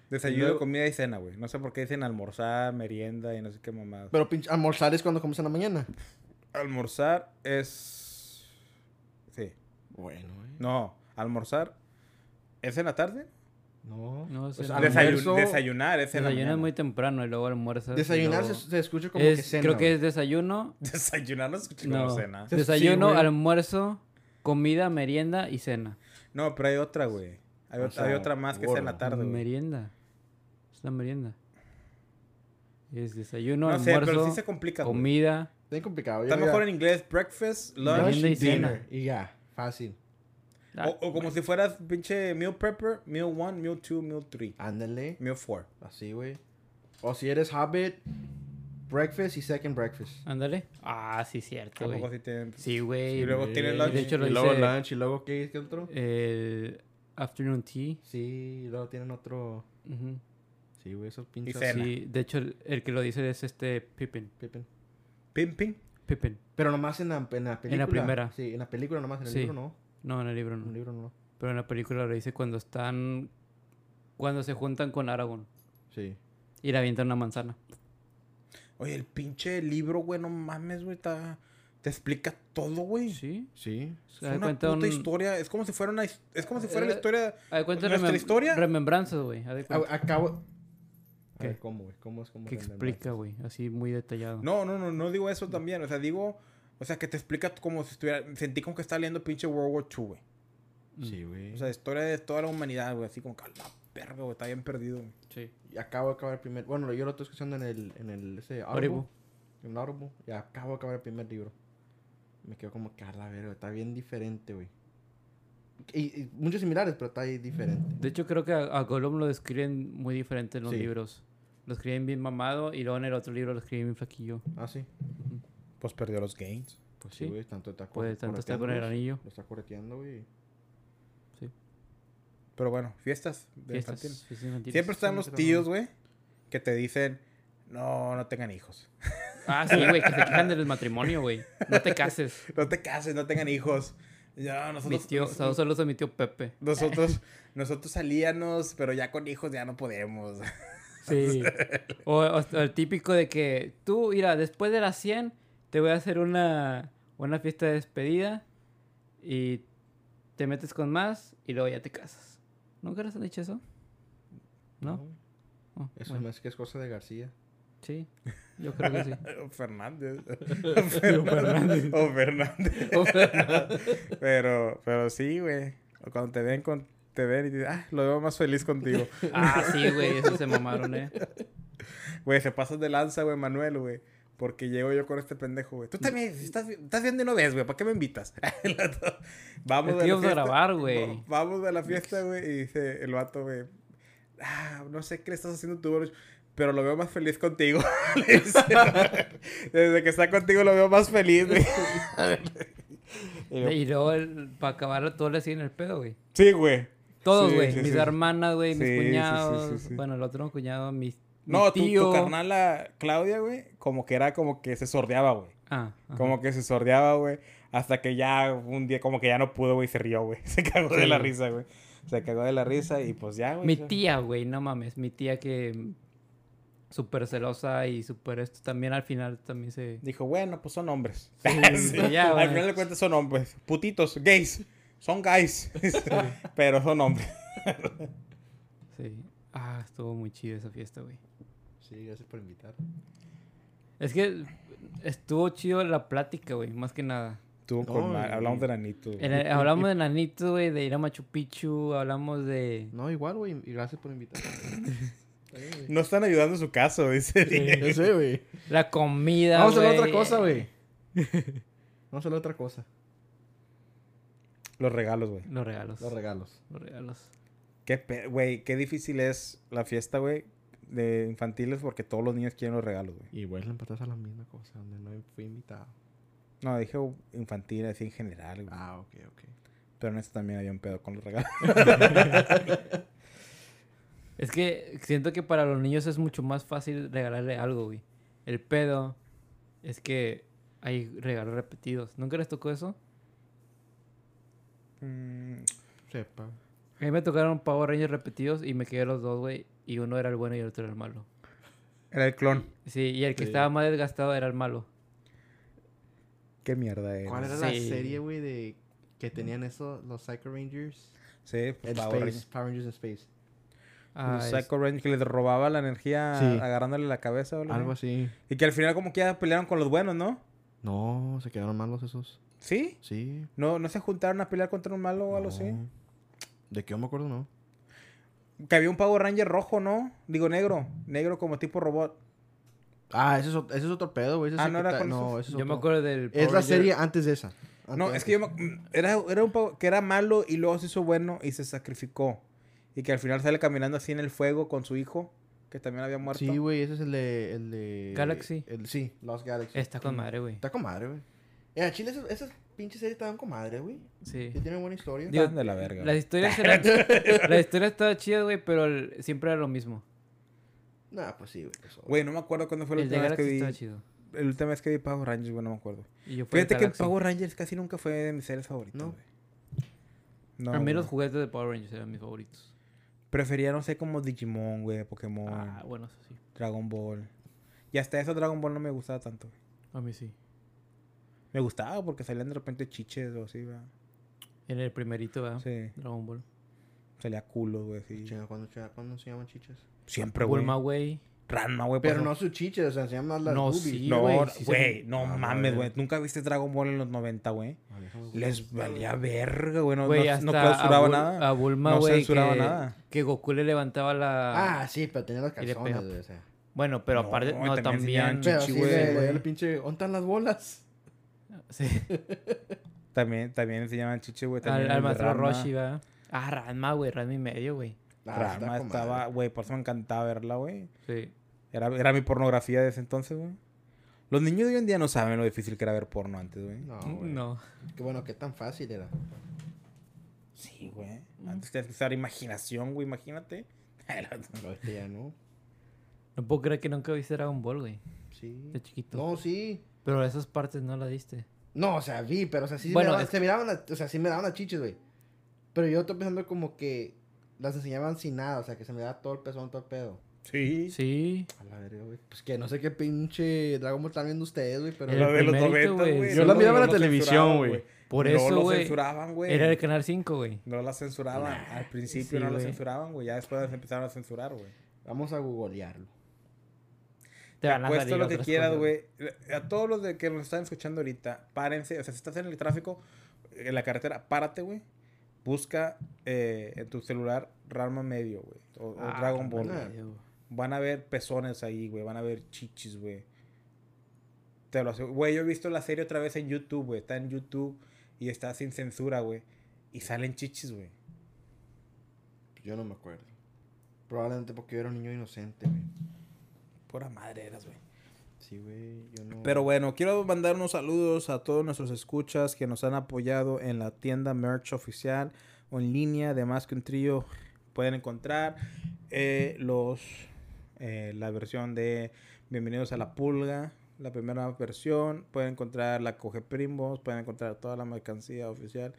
S2: Desayuno,
S4: Luego-
S2: comida y cena, güey. No sé por qué dicen almorzar, merienda y no sé qué mamada.
S4: Pero pinche, almorzar es cuando comes en la mañana.
S2: Almorzar es. Sí.
S4: Bueno, güey.
S2: No. almorzar es en la tarde.
S4: No.
S3: No, es
S4: Pues,
S3: en
S4: a
S3: la
S4: veces
S2: Desayun-
S3: mañana.
S4: almuerzo-
S2: desayunar es en la
S3: Desayunas
S2: mañana.
S3: muy temprano y luego almuerzas. y
S4: Desayunar
S3: luego-
S4: se, se escucha como
S3: es,
S4: que cena.
S3: Creo que
S4: güey.
S3: es desayuno.
S2: Desayunar no se escucha
S3: No.
S2: como cena.
S4: Sí,
S3: Desayuno,
S4: güey.
S3: almuerzo, comida, merienda y cena.
S2: No, pero hay otra, güey. Hay,
S4: O
S2: ot-
S4: sea,
S2: hay otra más que es en la
S4: gordo.
S2: tarde, güey.
S3: Merienda. Es la merienda. Es desayuno,
S2: No, sé,
S3: almuerzo,
S2: pero sí se complica, güey.
S3: comida.
S4: Está bien complicado.
S2: Está
S4: yo,
S2: mejor en
S4: mira,
S2: inglés breakfast, lunch,
S3: Merienda y
S4: lunch,
S3: cena.
S4: dinner, Y ya, fácil.
S3: Ah,
S2: O, o como si fueras pinche meal prepper, meal 1, meal 2, meal 3,
S4: Ándale.
S2: meal 4.
S4: Así, güey. O si eres hobbit, breakfast y second breakfast.
S3: Ándale. Ah, sí, cierto,
S2: Tampoco
S3: güey.
S2: así tienen-
S3: Sí, güey.
S2: Y luego
S4: Sí.
S2: tienen
S3: Y
S2: lunch.
S3: de hecho lo
S4: y luego
S3: dice-
S4: lunch y luego qué qué otro.
S3: El afternoon tea.
S4: Sí, y luego tienen otro.
S3: Ujú.
S4: Sí, güey, esos pinches.
S2: Y cena.
S3: Sí, de hecho, el, el que lo dice es este Pippin.
S4: Pippin.
S2: Pim, pim.
S3: Pippin.
S4: Pero nomás en la, en la película.
S3: primera.
S4: Sí, en la película nomás. En el
S3: Sí.
S4: libro no.
S3: No, en el libro
S4: En el
S3: no.
S4: libro no.
S3: Pero en la película lo dice cuando están. Cuando se juntan con Aragorn
S4: Sí.
S3: y le avientan una manzana.
S2: Oye, el pinche libro, güey, no mames, güey, está... Te explica todo, güey.
S3: Sí.
S4: Sí.
S2: Es
S3: Se da
S2: una
S3: cuenta
S2: puta
S3: un-
S2: historia. Es como si fuera una... his- Es como si fuera la
S3: Eh,
S2: historia...
S3: Haz de cuenta
S2: ¿Nuestra
S3: remem-
S2: historia? Ah,
S3: Remembranzas, güey. haz de
S4: A-
S3: cuenta.
S4: acabo. A
S3: ¿Qué?
S4: ver, ¿cómo, güey? ¿Cómo es? ¿Cómo
S3: que
S4: es?
S3: explica, güey. Así muy detallado.
S2: No, no, no, no digo eso también. O sea, digo... O sea, que te explica como si estuviera... Sentí como que estaba leyendo pinche World War II, güey.
S4: Sí, güey.
S2: O sea, historia de toda la humanidad, güey. Así como que a la verga, güey. Está bien perdido. güey.
S3: Sí.
S4: Y acabo de acabar el primer. Bueno, yo lo estoy escuchando en el. En el ese
S3: Audible.
S4: Audible. En Audible. Y acabo de acabar el primer libro. Me quedo como que a la verga. Está bien diferente, güey. Y, y muchos similares, pero está ahí diferente.
S3: De hecho, creo que a, a Gollum lo describen muy diferente en los
S4: Sí.
S3: libros. Lo escriben bien mamado y luego en el otro libro lo escriben bien flaquillo.
S4: Ah, sí.
S2: Pues perdió los gains.
S4: Pues sí,
S3: Sí.
S4: güey. Tanto está
S3: Pues tanto está con el
S4: correteándolos.
S3: anillo.
S4: Lo está correteando, güey.
S2: Pero bueno, fiestas de
S3: Fiestas,
S2: infantil.
S3: fiestas infantiles.
S2: Siempre están los
S4: Siempre
S2: tíos,
S4: son-
S2: güey, que te dicen, no, no tengan hijos.
S3: Ah, sí, güey, que se quejan del matrimonio, güey. No te cases.
S2: No te cases, no tengan hijos. Ya,
S3: Mi
S2: nosotros,
S3: tío,
S2: nos-
S3: saludos saludos a mi tío Pepe.
S2: nosotros, nosotros salíamos, pero ya con hijos ya no podemos.
S3: Sí. O, o- o el típico de que tú, mira, después de las 100 te voy a hacer una, una fiesta de despedida y te metes con más y luego ya te casas. ¿Nunca les han dicho eso? ¿No?
S4: güey.
S3: Oh,
S4: Eso
S3: bueno,
S4: más que es cosa de García.
S3: Sí, yo creo que sí.
S2: Fernández. O Fernández. O Fernández. pero, pero sí, güey. O Cuando te ven, con, te ven y dices, ah, lo veo más feliz contigo.
S3: Ah, sí, güey, eso se mamaron, eh.
S2: Güey, se pasas de lanza, güey, Manuel, güey. Porque llego yo con este pendejo, güey. Tú
S3: Mm.
S2: también estás, estás viendo y no ves, güey. ¿Para qué me invitas? vamos
S3: El
S2: de la
S3: tío va a
S2: fiesta.
S3: grabar, güey.
S2: Va- Vamos a la fiesta, güey. Y dice el vato, güey. Ah, no sé qué le estás haciendo tú, Boruch, pero lo veo más feliz contigo. Le dice, Desde que está contigo lo veo más feliz, güey. Y yo,
S3: Y luego, para acabar, todo le siguen el pedo, güey.
S2: Sí, güey.
S3: Todos,
S2: Sí,
S3: güey.
S2: sí,
S3: mis
S2: sí.
S3: hermanas, güey.
S2: Sí, sí,
S3: mis
S2: sí, sí,
S3: cuñados.
S2: sí.
S3: Bueno, el otro cuñado, mis. mi
S2: No, tu,
S3: tío.
S2: tu carnala Claudia, güey, como que era como que se sordeaba, güey.
S3: Ah, ajá.
S2: Como que se sordeaba, güey. Hasta que ya un día, como que ya no pudo, güey, se rió, güey. Se cagó de
S3: Sí.
S2: la risa, güey. Se cagó de la risa y pues ya, güey.
S3: Mi
S2: ya.
S3: tía, güey. No mames. Mi tía que. mm, Súper celosa y súper esto. También al final también se.
S2: Dijo, bueno, pues son hombres.
S3: Sí,
S2: Sí.
S3: ya,
S2: Al
S3: güey.
S2: final de cuentas son hombres. Putitos, gays. Son gays. Pero son hombres.
S3: Sí. Ah, estuvo muy chida esa fiesta, güey.
S4: Sí, gracias por invitar.
S3: Es que estuvo chido la plática, güey. Más que nada.
S2: Estuvo
S4: No,
S2: con mal.
S4: güey.
S2: Hablamos de nanito.
S3: En el- hablamos de Nanito, güey. De ir a Machu Picchu. Hablamos de.
S4: No, igual, güey. Y gracias por invitar. Está bien, güey.
S2: No están ayudando en su caso, dice.
S3: Sí.
S4: Yo sé, güey.
S3: La comida,
S4: Vamos a
S3: güey.
S4: hablar otra cosa, güey. Vamos a hablar otra cosa.
S2: Los regalos, güey.
S3: Los regalos.
S4: Los regalos.
S3: Los regalos.
S2: Qué, pe- güey, qué difícil es la fiesta, güey, de infantiles porque todos los niños quieren los regalos, güey.
S4: Y vuelven para atrás a la misma cosa donde no fui invitado.
S2: No, dije infantil así en general, güey.
S4: Ah, ok, ok.
S2: Pero en esto también había un pedo con los regalos.
S3: Es que siento que para los niños es mucho más fácil regalarle algo, güey. El pedo es que hay regalos repetidos. ¿Nunca les tocó eso?
S2: Mm,
S4: Sepa.
S3: A mí me tocaron Power Rangers repetidos y me quedé los dos, güey. Y uno era el bueno y el otro era el malo.
S2: Era el clon.
S3: Sí, y el que
S4: Sí.
S3: estaba más desgastado era el malo.
S2: Qué mierda es.
S4: ¿Cuál era
S3: Sí.
S4: la serie, güey, de Que tenían eso, los Psycho Rangers.
S2: Sí,
S4: en
S2: Power
S4: Space. Power Rangers en Space.
S3: Ah,
S2: Ranger.
S3: es-
S2: Psycho Ranger que les robaba la energía
S4: Sí.
S2: agarrándole la cabeza o algo
S4: Algo
S2: así.
S4: así.
S2: Y que al final como que ya pelearon con los buenos, ¿no?
S4: No, se quedaron malos esos.
S2: ¿Sí?
S4: Sí.
S2: ¿No, ¿No se juntaron a pelear contra un malo o algo
S4: no.
S2: así?
S4: ¿De qué no me acuerdo, no?
S2: Que había un Power Ranger rojo, ¿no? Digo, negro. Negro como tipo robot.
S4: Ah, ese es, ot- ese es otro pedo, güey. Ese
S2: Ah,
S4: es
S2: ¿no
S4: el que
S2: era
S4: ta-
S2: con
S4: no,
S2: esos?
S4: ese es
S3: Yo me
S4: otro.
S3: acuerdo del.
S4: Es
S3: Power
S4: la
S3: Ranger-
S4: serie antes de esa.
S2: No, es que yo me... mm, Era, era un pavo- que era malo y luego se hizo bueno y se sacrificó. Y que al final sale caminando así en el fuego con su hijo, que también había muerto.
S4: Sí, güey, ese es el de, el de...
S3: Galaxy.
S4: El, sí, Lost Galaxy.
S3: Está con madre, güey.
S4: Está con madre, güey. Eh, a Chile, esas, esas pinches series estaban con madre, güey.
S3: Sí.
S4: Que tienen buena historia.
S3: Digo,
S2: de la verga.
S3: Las historias eran. las historias estaban chidas, güey, pero el- siempre era lo mismo.
S4: Nah, pues sí, güey. pues,
S2: Güey, no me acuerdo cuándo fue la
S3: El de
S2: última vez que
S3: Galaxy
S2: vi...
S3: estaba chido.
S2: La última vez que vi Power Rangers, güey, no me acuerdo.
S3: Y yo fui al
S2: Fíjate que
S3: Galaxy.
S2: Power Rangers casi nunca fue de mis series favoritas,
S4: No.
S2: güey. No,
S3: A mí los
S2: güey.
S3: juguetes de Power Rangers eran mis favoritos.
S2: Prefería, no sé, como Digimon, güey, Pokémon,
S3: Ah, bueno, eso sí.
S2: Dragon Ball. Y hasta eso Dragon Ball no me gustaba tanto, güey.
S3: A mí sí.
S2: Me gustaba porque salían de repente chiches o así, ¿verdad?
S3: En el primerito, ¿verdad?
S2: Sí.
S3: Dragon Ball.
S2: Salía culo, güey, sí.
S4: Chinga, ¿cuándo, chinga, ¿cuándo se llaman chichas?
S2: Siempre, güey.
S3: Bulma, güey.
S2: Ranma, güey.
S4: Pero
S2: por
S4: no sus chichas, o sea, se llaman las
S3: No,
S4: boobies.
S3: sí.
S2: No,
S3: güey,
S2: güey,
S3: sí se-
S2: no
S4: Ah,
S2: mames,
S4: no,
S2: güey.
S4: güey.
S2: Nunca viste Dragon Ball en los 90, güey.
S4: A ver, déjame buscar.
S2: Les valía verga, güey. No,
S3: Güey,
S2: no,
S3: hasta
S2: no
S3: a
S2: clausuraba
S3: Bul-
S2: nada.
S3: A Bulma,
S2: No
S3: güey.
S2: censuraba
S3: que,
S2: nada.
S3: Que Goku le levantaba la.
S4: Ah, sí, pero tenía los
S3: Y le pega.
S4: calzones, güey, o sea.
S3: Bueno, pero
S2: No,
S3: aparte.
S2: güey,
S3: No,
S2: también
S3: también.
S2: enseñaban
S4: Pero
S2: Chichi,
S4: sí,
S2: güey,
S4: le- le
S2: güey.
S4: dio el pinche... ¿Dónde están las bolas?
S3: Sí.
S2: También, también enseñaban chiche, güey. también el
S3: Al, al
S2: de
S3: maestro
S2: Ranma.
S3: Roshi, ¿verdad? Ah, Ranma, güey. Ranma y medio, güey.
S4: Ah,
S2: Ranma
S4: con
S2: estaba,
S4: madre.
S2: güey, por eso me encantaba verla, güey.
S3: Sí.
S2: Era, era mi pornografía de ese entonces, güey. Los niños de hoy en día no saben lo difícil que era ver porno antes, Ah, güey.
S4: No, güey.
S3: No.
S4: Qué bueno, qué tan fácil era.
S2: Sí, güey. Antes tenías que usar imaginación, güey, imagínate.
S4: Pero ahorita ya no.
S3: No puedo creer que nunca viste Dragon Ball, güey.
S4: Sí.
S3: De chiquito.
S4: No, sí.
S3: Pero esas partes no las diste.
S4: No, o sea, vi, pero o sea, sí
S3: Bueno,
S4: me daban,
S3: es
S4: se miraban las- o sea, sí me daban las chiches, güey. Pero yo estoy pensando como que las enseñaban sin nada, o sea, que se me daba todo el pezón, todo el pedo.
S2: sí.
S3: Sí.
S4: A la verga, güey. Pues que no sé qué pinche Dragon Ball están viendo ustedes, güey, pero...
S3: Era-
S2: Lo
S3: El
S2: de los
S3: primerito,
S2: 90,
S3: güey.
S2: güey.
S3: Yo
S2: no
S4: la
S2: lo-
S4: miraba en
S2: no
S4: la
S2: lo
S4: televisión,
S2: censuraban,
S4: güey.
S3: Por
S2: no
S3: eso,
S2: lo
S3: güey.
S2: censuraban, güey.
S3: Era el canal 5, güey.
S2: No la censuraban. Al principio
S3: sí,
S2: no la
S3: güey.
S2: censuraban, güey. Ya después empezaron a censurar, güey. Te
S4: Vamos a googlearlo.
S3: Te van a
S2: Puesto
S3: salir
S2: lo que
S3: otras
S2: quieras,
S3: cosas.
S2: güey. A todos los de que nos están escuchando ahorita, párense. O sea, si estás en el tráfico, eh, en la carretera, párate, güey. Busca eh, en tu celular Rama Medio, güey. O, o
S3: Ah,
S2: Dragon Ball.
S4: Ranma
S2: güey.
S4: Medio.
S2: Van a ver pezones ahí, güey. Van a ver chichis, güey. Te lo aseguro. Güey, yo he visto la serie otra vez en YouTube, güey. Está en YouTube y está sin censura, güey. Y salen chichis, güey.
S4: Yo no me acuerdo. Probablemente porque yo era un niño inocente, güey.
S2: Pura madre eras, güey.
S4: Sí, güey, yo no...
S2: Pero bueno, quiero mandar unos saludos a todos nuestros escuchas que nos han apoyado en la tienda merch oficial o en línea de Más que un Trío. Pueden encontrar eh, los eh, la versión de Bienvenidos a la Pulga, la primera versión. Pueden encontrar la Coge Primos, pueden encontrar toda la mercancía oficial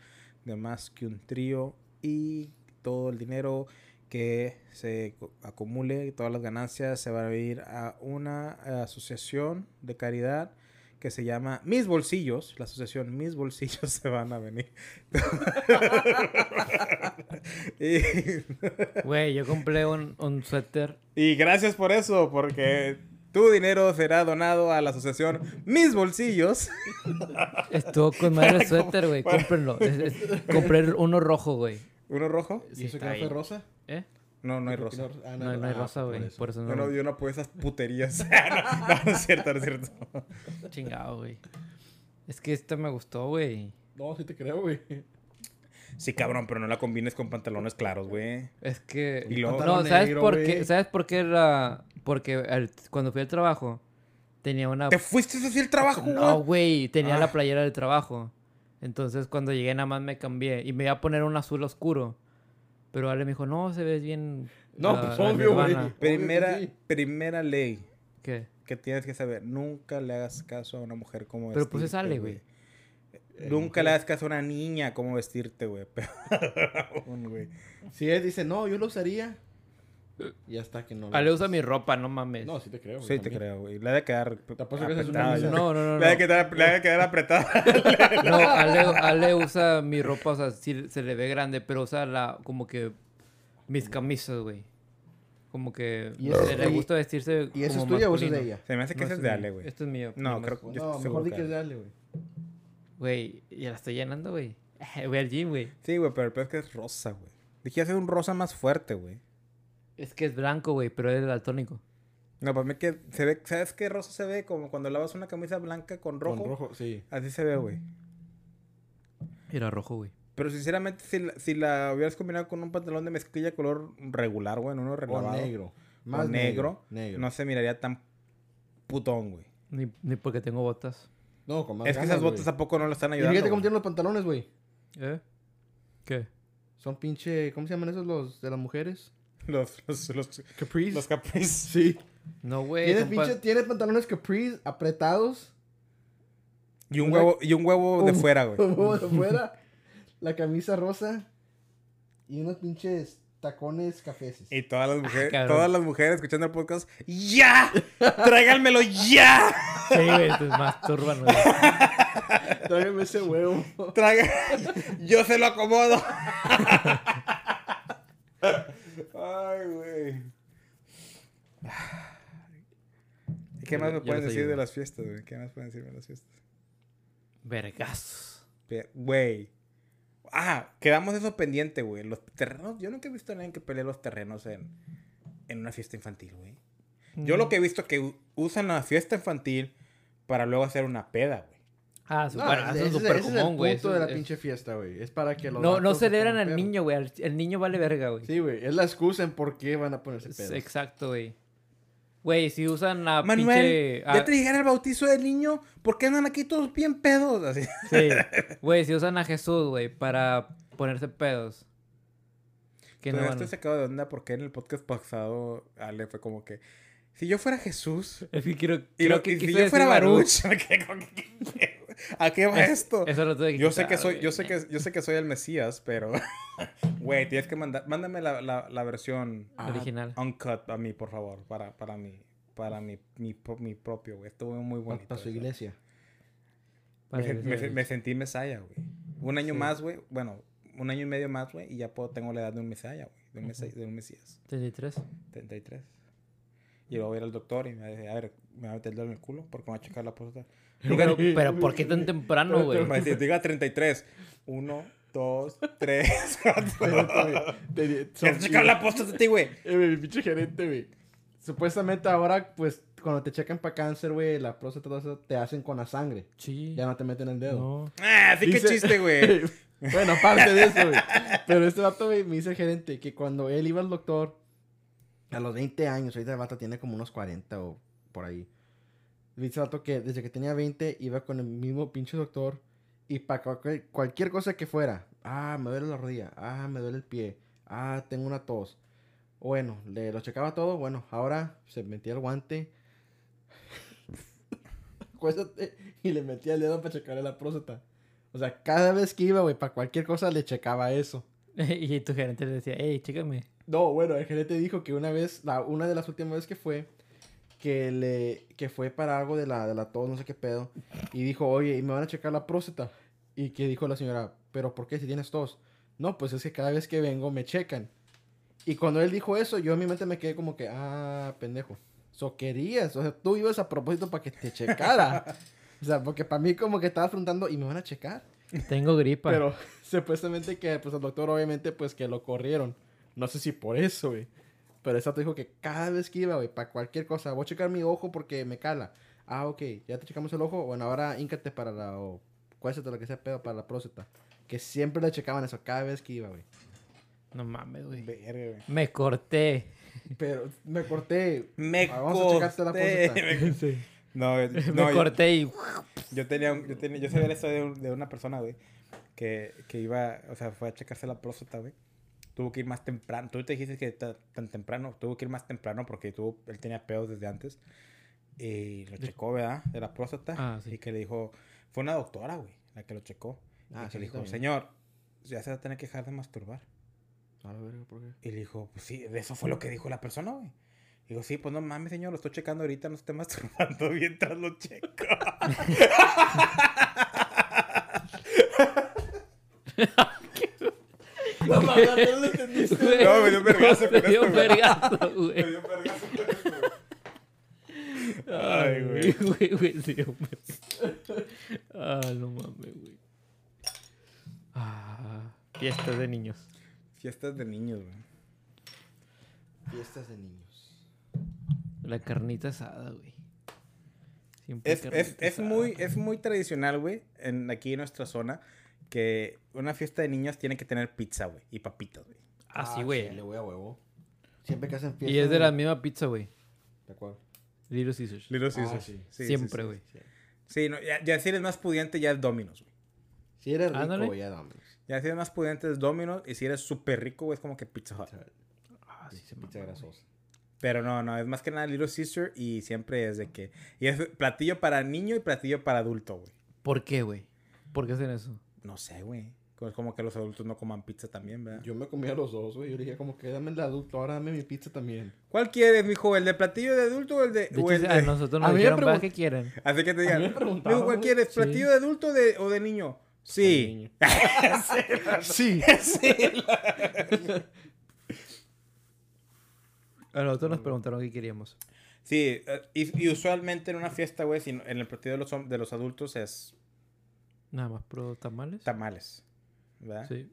S2: de Más que un Trío y todo el dinero que se co- acumule, todas las ganancias se van a ir a una eh, asociación de caridad que se llama Mis Bolsillos, la asociación Mis Bolsillos se van a venir. y,
S3: Güey, yo compré un, un suéter.
S2: y gracias por eso, porque tu dinero será donado a la asociación Mis Bolsillos.
S3: Estuvo con madre el suéter, güey. Cómprenlo. Es- es- compré uno rojo, güey.
S2: ¿Uno rojo?
S4: ¿Y
S3: Sí,
S4: eso que
S3: está
S4: no
S3: ahí.
S4: fue rosa?
S3: ¿Eh?
S2: No, no hay
S4: ¿Por qué
S2: rosa.
S4: Ah,
S3: No, no hay
S4: ah,
S3: rosa,
S4: por
S3: güey.
S4: eso.
S3: Por eso no.
S2: Yo no, yo no puedo esas puterías. no, no es cierto, no es cierto.
S3: Chingado, güey. Es que esta me gustó, güey.
S4: No, sí te creo, güey.
S2: Sí, cabrón, pero no la combines con pantalones claros, güey.
S3: Es que.
S2: Y luego-
S3: No,
S4: Pantalón
S3: ¿sabes
S4: negro,
S3: por qué?
S4: güey.
S3: ¿Sabes por qué la. Porque al- cuando fui al trabajo, tenía una.
S2: ¿Te fuiste a hacer el trabajo,
S3: Ah, No, güey. Tenía
S2: Ah.
S3: la playera del trabajo. Entonces cuando llegué nada más me cambié. Y me iba a poner un azul oscuro. Pero Ale me dijo, no, se ves bien.
S4: No,
S3: la-
S4: pues,
S3: la
S4: obvio, güey.
S3: nirvana".
S4: que
S2: Primera,
S4: sí.
S2: primera ley
S3: ¿Qué?
S2: que tienes que saber. Nunca le hagas caso a una mujer como
S3: Pero pues
S2: vestirte, Eh,
S3: es Ale, güey.
S2: Nunca le hagas caso a una niña como vestirte, güey. Pero, aún, güey.
S4: Si él dice, no, yo lo usaría. Y hasta que no lo-
S3: Ale Ah, usa mi ropa, no mames.
S4: No, sí te creo. güey,
S2: Sí, te
S4: también.
S2: creo, güey. Le ha de quedar
S4: Te apuesto que esa es una
S2: apretada, yo
S4: camisa.
S3: no, no, no.
S2: creo.
S3: no.
S2: Le ha de quedar- le ha de quedar apretada.
S3: No, Ale, Ale usa mi ropa, o sea, sí se le ve grande, pero usa la, como que mis camisas, güey. Como que
S4: ¿Y eso es
S3: le- le
S4: tuyo?
S3: gusta vestirse.
S4: ¿Y esa
S3: como
S4: es tuya o esa es de
S3: masculino.
S4: ella?
S2: Se me hace que
S3: No,
S2: ese es
S3: esto
S2: de
S3: mío.
S2: Ale, güey.
S3: Esto es mío.
S2: No,
S3: nomás
S2: creo-
S3: como-
S2: yo
S4: No,
S2: estoy
S4: mejor di
S2: seguro
S4: que
S2: que-
S4: es de Ale, güey.
S3: Güey, ya la estoy llenando, güey. Voy al gym, güey.
S2: Sí, güey, pero el peor es que es rosa, güey. Dije hacer un rosa más fuerte, güey.
S3: Es que es blanco, güey, pero es daltónico.
S2: No, para mí que se ve, ¿sabes qué rosa se ve? Como cuando lavas una camisa blanca con rojo.
S4: Con rojo, sí.
S2: Así se ve, güey.
S3: Era rojo, güey.
S2: Pero sinceramente, si la, si la hubieras combinado con un pantalón de mezclilla color regular, güey, en uno
S4: O
S2: relavado.
S4: negro.
S2: o
S4: Más
S2: negro,
S4: Negro.
S2: No se miraría tan putón, güey.
S3: Ni, ni porque tengo botas.
S4: No, con más
S2: Es que
S4: ganas,
S2: esas botas
S4: güey.
S2: a poco no lo están
S4: Y
S2: ayudando.
S4: fíjate cómo
S2: güey.
S4: tienen los pantalones, güey.
S3: ¿Eh? ¿Qué?
S4: Son pinche... ¿Cómo se llaman esos los de las mujeres?
S2: Los, los, los,
S4: Capris.
S2: los capris.
S4: Sí.
S3: No, güey.
S4: Tienes
S3: son pa-
S4: pinche... Tienes pantalones capris apretados.
S2: Y un
S4: Una-
S2: huevo, y un huevo de
S4: Un-
S2: fuera, güey.
S4: como de fuera. La camisa rosa. Y unos pinches tacones cafés.
S2: Y todas
S4: Ah,
S2: las mujeres,
S3: cabrón.
S2: todas las mujeres escuchando el podcast, ¡ya! ¡Tráiganmelo ya!
S3: Sí, güey, te masturban, güey.
S4: Tráigame ese huevo.
S2: Traigan... Yo se lo acomodo. Ay, güey. ¿Y qué
S3: Yo-
S2: más me
S3: yo
S2: pueden
S3: les
S2: decir de
S3: ayudo.
S2: las fiestas, güey? ¿Qué más pueden decirme de las fiestas?
S3: Vergazos.
S2: Pe- Güey. Ah, quedamos eso pendiente, güey. Los terrenos. Yo nunca he visto a nadie que pelee los terrenos en, en una fiesta infantil, güey. Yo lo que he visto es que u- usan la fiesta infantil para luego hacer una peda, güey.
S3: Ah, su-
S4: No,
S3: bueno, eso
S4: ese-
S3: es
S4: ese
S3: súper
S4: ese es
S3: común, güey.
S4: el punto
S3: eso
S4: de la
S3: es-
S4: pinche fiesta, güey. Es para que los
S3: No, no
S4: vatos se
S3: celebran
S4: pongan
S3: al
S4: pedos.
S3: niño, güey. al- El niño vale verga, güey.
S4: Sí, güey. Es la excusa en por qué van a ponerse
S3: Es-
S4: pedos.
S3: Exacto, güey. Güey, si usan la
S2: Manuel,
S3: pinche. ah,
S2: ya te llegaron el bautizo del niño. ¿Por qué andan aquí todos bien pedos? Así.
S3: sí. Güey, si usan a Jesús, güey, para ponerse pedos. Que
S2: Pero
S3: no
S2: este
S3: van-
S2: estoy sacado de onda porque en el podcast pasado Ale fue como que... Si yo fuera Jesús...
S3: Es que quiero.
S2: Y,
S3: creo
S2: lo-
S3: que
S2: y si
S3: quise
S2: yo fuera
S3: decir Baruch.
S2: Baruch... me quedé como que, ¿A qué va
S3: Es-
S2: esto?
S3: Eso lo tuve que
S2: Yo sé
S3: quitar,
S2: que soy,
S3: güey.
S2: yo sé que, yo sé que soy el Mesías, pero güey, tienes que mandar, mándame la, la, la versión
S4: Ah,
S3: Original.
S2: uncut a mí, por favor, para, para mí, para mi, mi, pro- mi propio, güey. Estuvo muy
S4: Pa-
S2: bonito.
S4: pa' su
S2: eso.
S4: iglesia.
S2: Me,
S3: Para
S2: sen- me,
S3: decir-
S2: me sentí mesaya, güey. Un año
S3: Sí.
S2: más, güey. Bueno, un año y medio más, güey, y ya puedo, tengo la edad de un mesaya, güey, de un, mesa- de un mesías,
S3: 33.
S2: 33. Y luego voy a ir al doctor y me va a decir, a ver, me va a meter el dedo en el culo porque me va a checar la próstata.
S3: Pero, pero, ¿por qué tan temprano, güey?
S2: Me dice, diga 33. 1, 2, 3, 4.
S4: Te- te-
S2: Te
S4: son-
S2: checaron la posta de ti, güey.
S4: Eh, güey, pinche gerente, güey. Supuestamente ahora, pues, cuando te checan para cáncer, güey, la próstata, todo eso, te hacen con la sangre.
S3: Sí.
S4: Ya no te meten el dedo.
S3: No.
S2: Ah, sí que
S4: Dice-
S2: chiste, güey.
S4: bueno, aparte de eso, güey. Pero este vato, güey, me dice el gerente que cuando él iba al doctor, a los 20 años, ahorita el vato tiene como unos 40 o por ahí. Me dice el vato que desde que tenía 20 iba con el mismo pinche doctor y para cualquier, cualquier cosa que fuera. Ah, me duele la rodilla. Ah, me duele el pie. Ah, tengo una tos. Bueno, le lo checaba todo. Bueno, ahora se metía el guante. Acuéstate y le metía el dedo para checarle la próstata. O sea, cada vez que iba, güey, para cualquier cosa le checaba eso.
S3: y tu gerente le decía, hey, chécame.
S4: No, bueno, el gerente dijo que una vez, la, una de las últimas veces que fue, que le, que fue para algo de la, de la tos, no sé qué pedo, y dijo, oye, y me van a checar la próstata. Y que dijo la señora, pero ¿por qué si tienes tos? No, pues es que cada vez que vengo me checan. Y cuando él dijo eso, yo en mi mente me quedé como que, ah, pendejo. So querías, o sea, tú ibas a propósito para que te checara. o sea, porque para mí como que estabas preguntando, ¿y me van a checar?
S3: Tengo gripa.
S4: Pero supuestamente que pues al doctor obviamente pues que lo corrieron. No sé si por eso, güey. Pero exacto dijo que cada vez que iba, güey, para cualquier cosa, voy a checar mi ojo porque me cala. Ah, ok, ya te checamos el ojo. Bueno, ahora íncate para la o cuéstate lo que sea pedo para la próstata. Que siempre le checaban eso cada vez que iba, güey.
S3: No mames, güey.
S2: Verga, güey.
S3: Me corté.
S4: Pero me corté.
S2: Me
S4: Ah, vamos a checarte la
S2: corté. No, no,
S3: me
S2: yo-
S3: corté y...
S2: Yo tenía, un- yo tenía, yo sabía la historia de, un- de una persona, güey, que, que iba, o sea, fue a checarse la próstata, güey. Tuvo que ir más temprano. Tú te dijiste que ta- tan temprano, tuvo que ir más temprano porque tuvo, él tenía pedos desde antes. Y lo checó, ¿verdad? De la próstata.
S3: Ah, sí.
S2: Y que le dijo, fue una doctora, güey, la que lo checó.
S4: Ah,
S2: y
S4: sí,
S2: que le
S4: sí,
S2: dijo,
S4: también.
S2: señor, ya se va a tener que dejar de masturbar.
S4: A la verga, ¿por qué?
S2: Y le dijo, pues sí, de eso fue lo que dijo la persona, güey. Digo, sí, pues no mames, señor, lo estoy checando ahorita, no esté masturbando mientras lo checo.
S4: No, mames, no lo entendiste.
S3: Güey,
S5: No, me dio un vergazo
S3: te
S5: con
S3: dio
S5: esto,
S3: un
S5: güey.
S3: vergazo, güey.
S5: Me dio un vergazo con esto, güey.
S2: Ay, güey.
S3: Güey, güey, sí, hombre. Ah, no mames, güey. Ah, fiestas de niños.
S5: Fiestas de niños, güey.
S4: Fiestas de niños.
S3: La carnita asada, güey. Siempre
S2: Es, es,
S3: carnita
S2: es,
S3: asada.
S2: muy, es muy tradicional, güey, en, aquí en nuestra zona, que una fiesta de niños tiene que tener pizza, güey, y papitas, güey.
S3: Ah, sí, güey.
S4: Le voy a huevo. Siempre que hacen fiestas.
S3: Y es de la misma pizza, güey.
S4: ¿De acuerdo?
S3: Little Caesars.
S2: Little
S4: Ah,
S2: Caesars.
S4: sí.
S2: Sí, sí,
S3: Siempre,
S2: sí.
S3: güey.
S2: Sí, no, ya, ya si eres más pudiente, ya es Domino's, güey.
S4: Si era rico,
S3: Ándale.
S4: güey, ya dame.
S2: Ya si eres más pudiente, es Domino's. Y si eres súper rico, güey, es como que Pizza Hut.
S3: Ah, sí, se
S4: Pizza
S3: mamó,
S4: grasosa.
S2: Pero no, no, es más que nada Little Sister y siempre es de que... Y es platillo para niño y platillo para adulto, güey.
S3: güey. ¿Por qué, güey? ¿Por qué hacen eso?
S2: No sé, güey. Es como que los adultos no coman pizza también, ¿verdad?
S4: Yo me comía los dos, güey. Yo le dije, como que dame el adulto, ahora dame mi pizza también.
S2: ¿Cuál quieres, mijo? ¿El de platillo de adulto o el de...?
S3: De ah,
S2: o
S3: hecho,
S2: el
S3: a
S2: de-
S3: nosotros
S4: A
S3: nos
S4: mí me
S3: dijeron, ¿para
S4: pregun-
S3: qué quieren?
S2: Así que te
S4: A mí
S2: digan,
S4: me preguntaban,
S2: mijo, ¿cuál
S4: güey.
S2: quieres?
S3: Sí.
S2: ¿Platillo de adulto o de, o de niño? Sí.
S4: Sí.
S3: A nosotros
S2: Mm.
S3: nos preguntaron qué queríamos.
S2: Sí, eh, y, y usualmente en una fiesta, güey, si no- en el platillo de los, hom- de los adultos es
S3: Nada más, pero tamales.
S2: tamales, ¿verdad?
S3: Sí.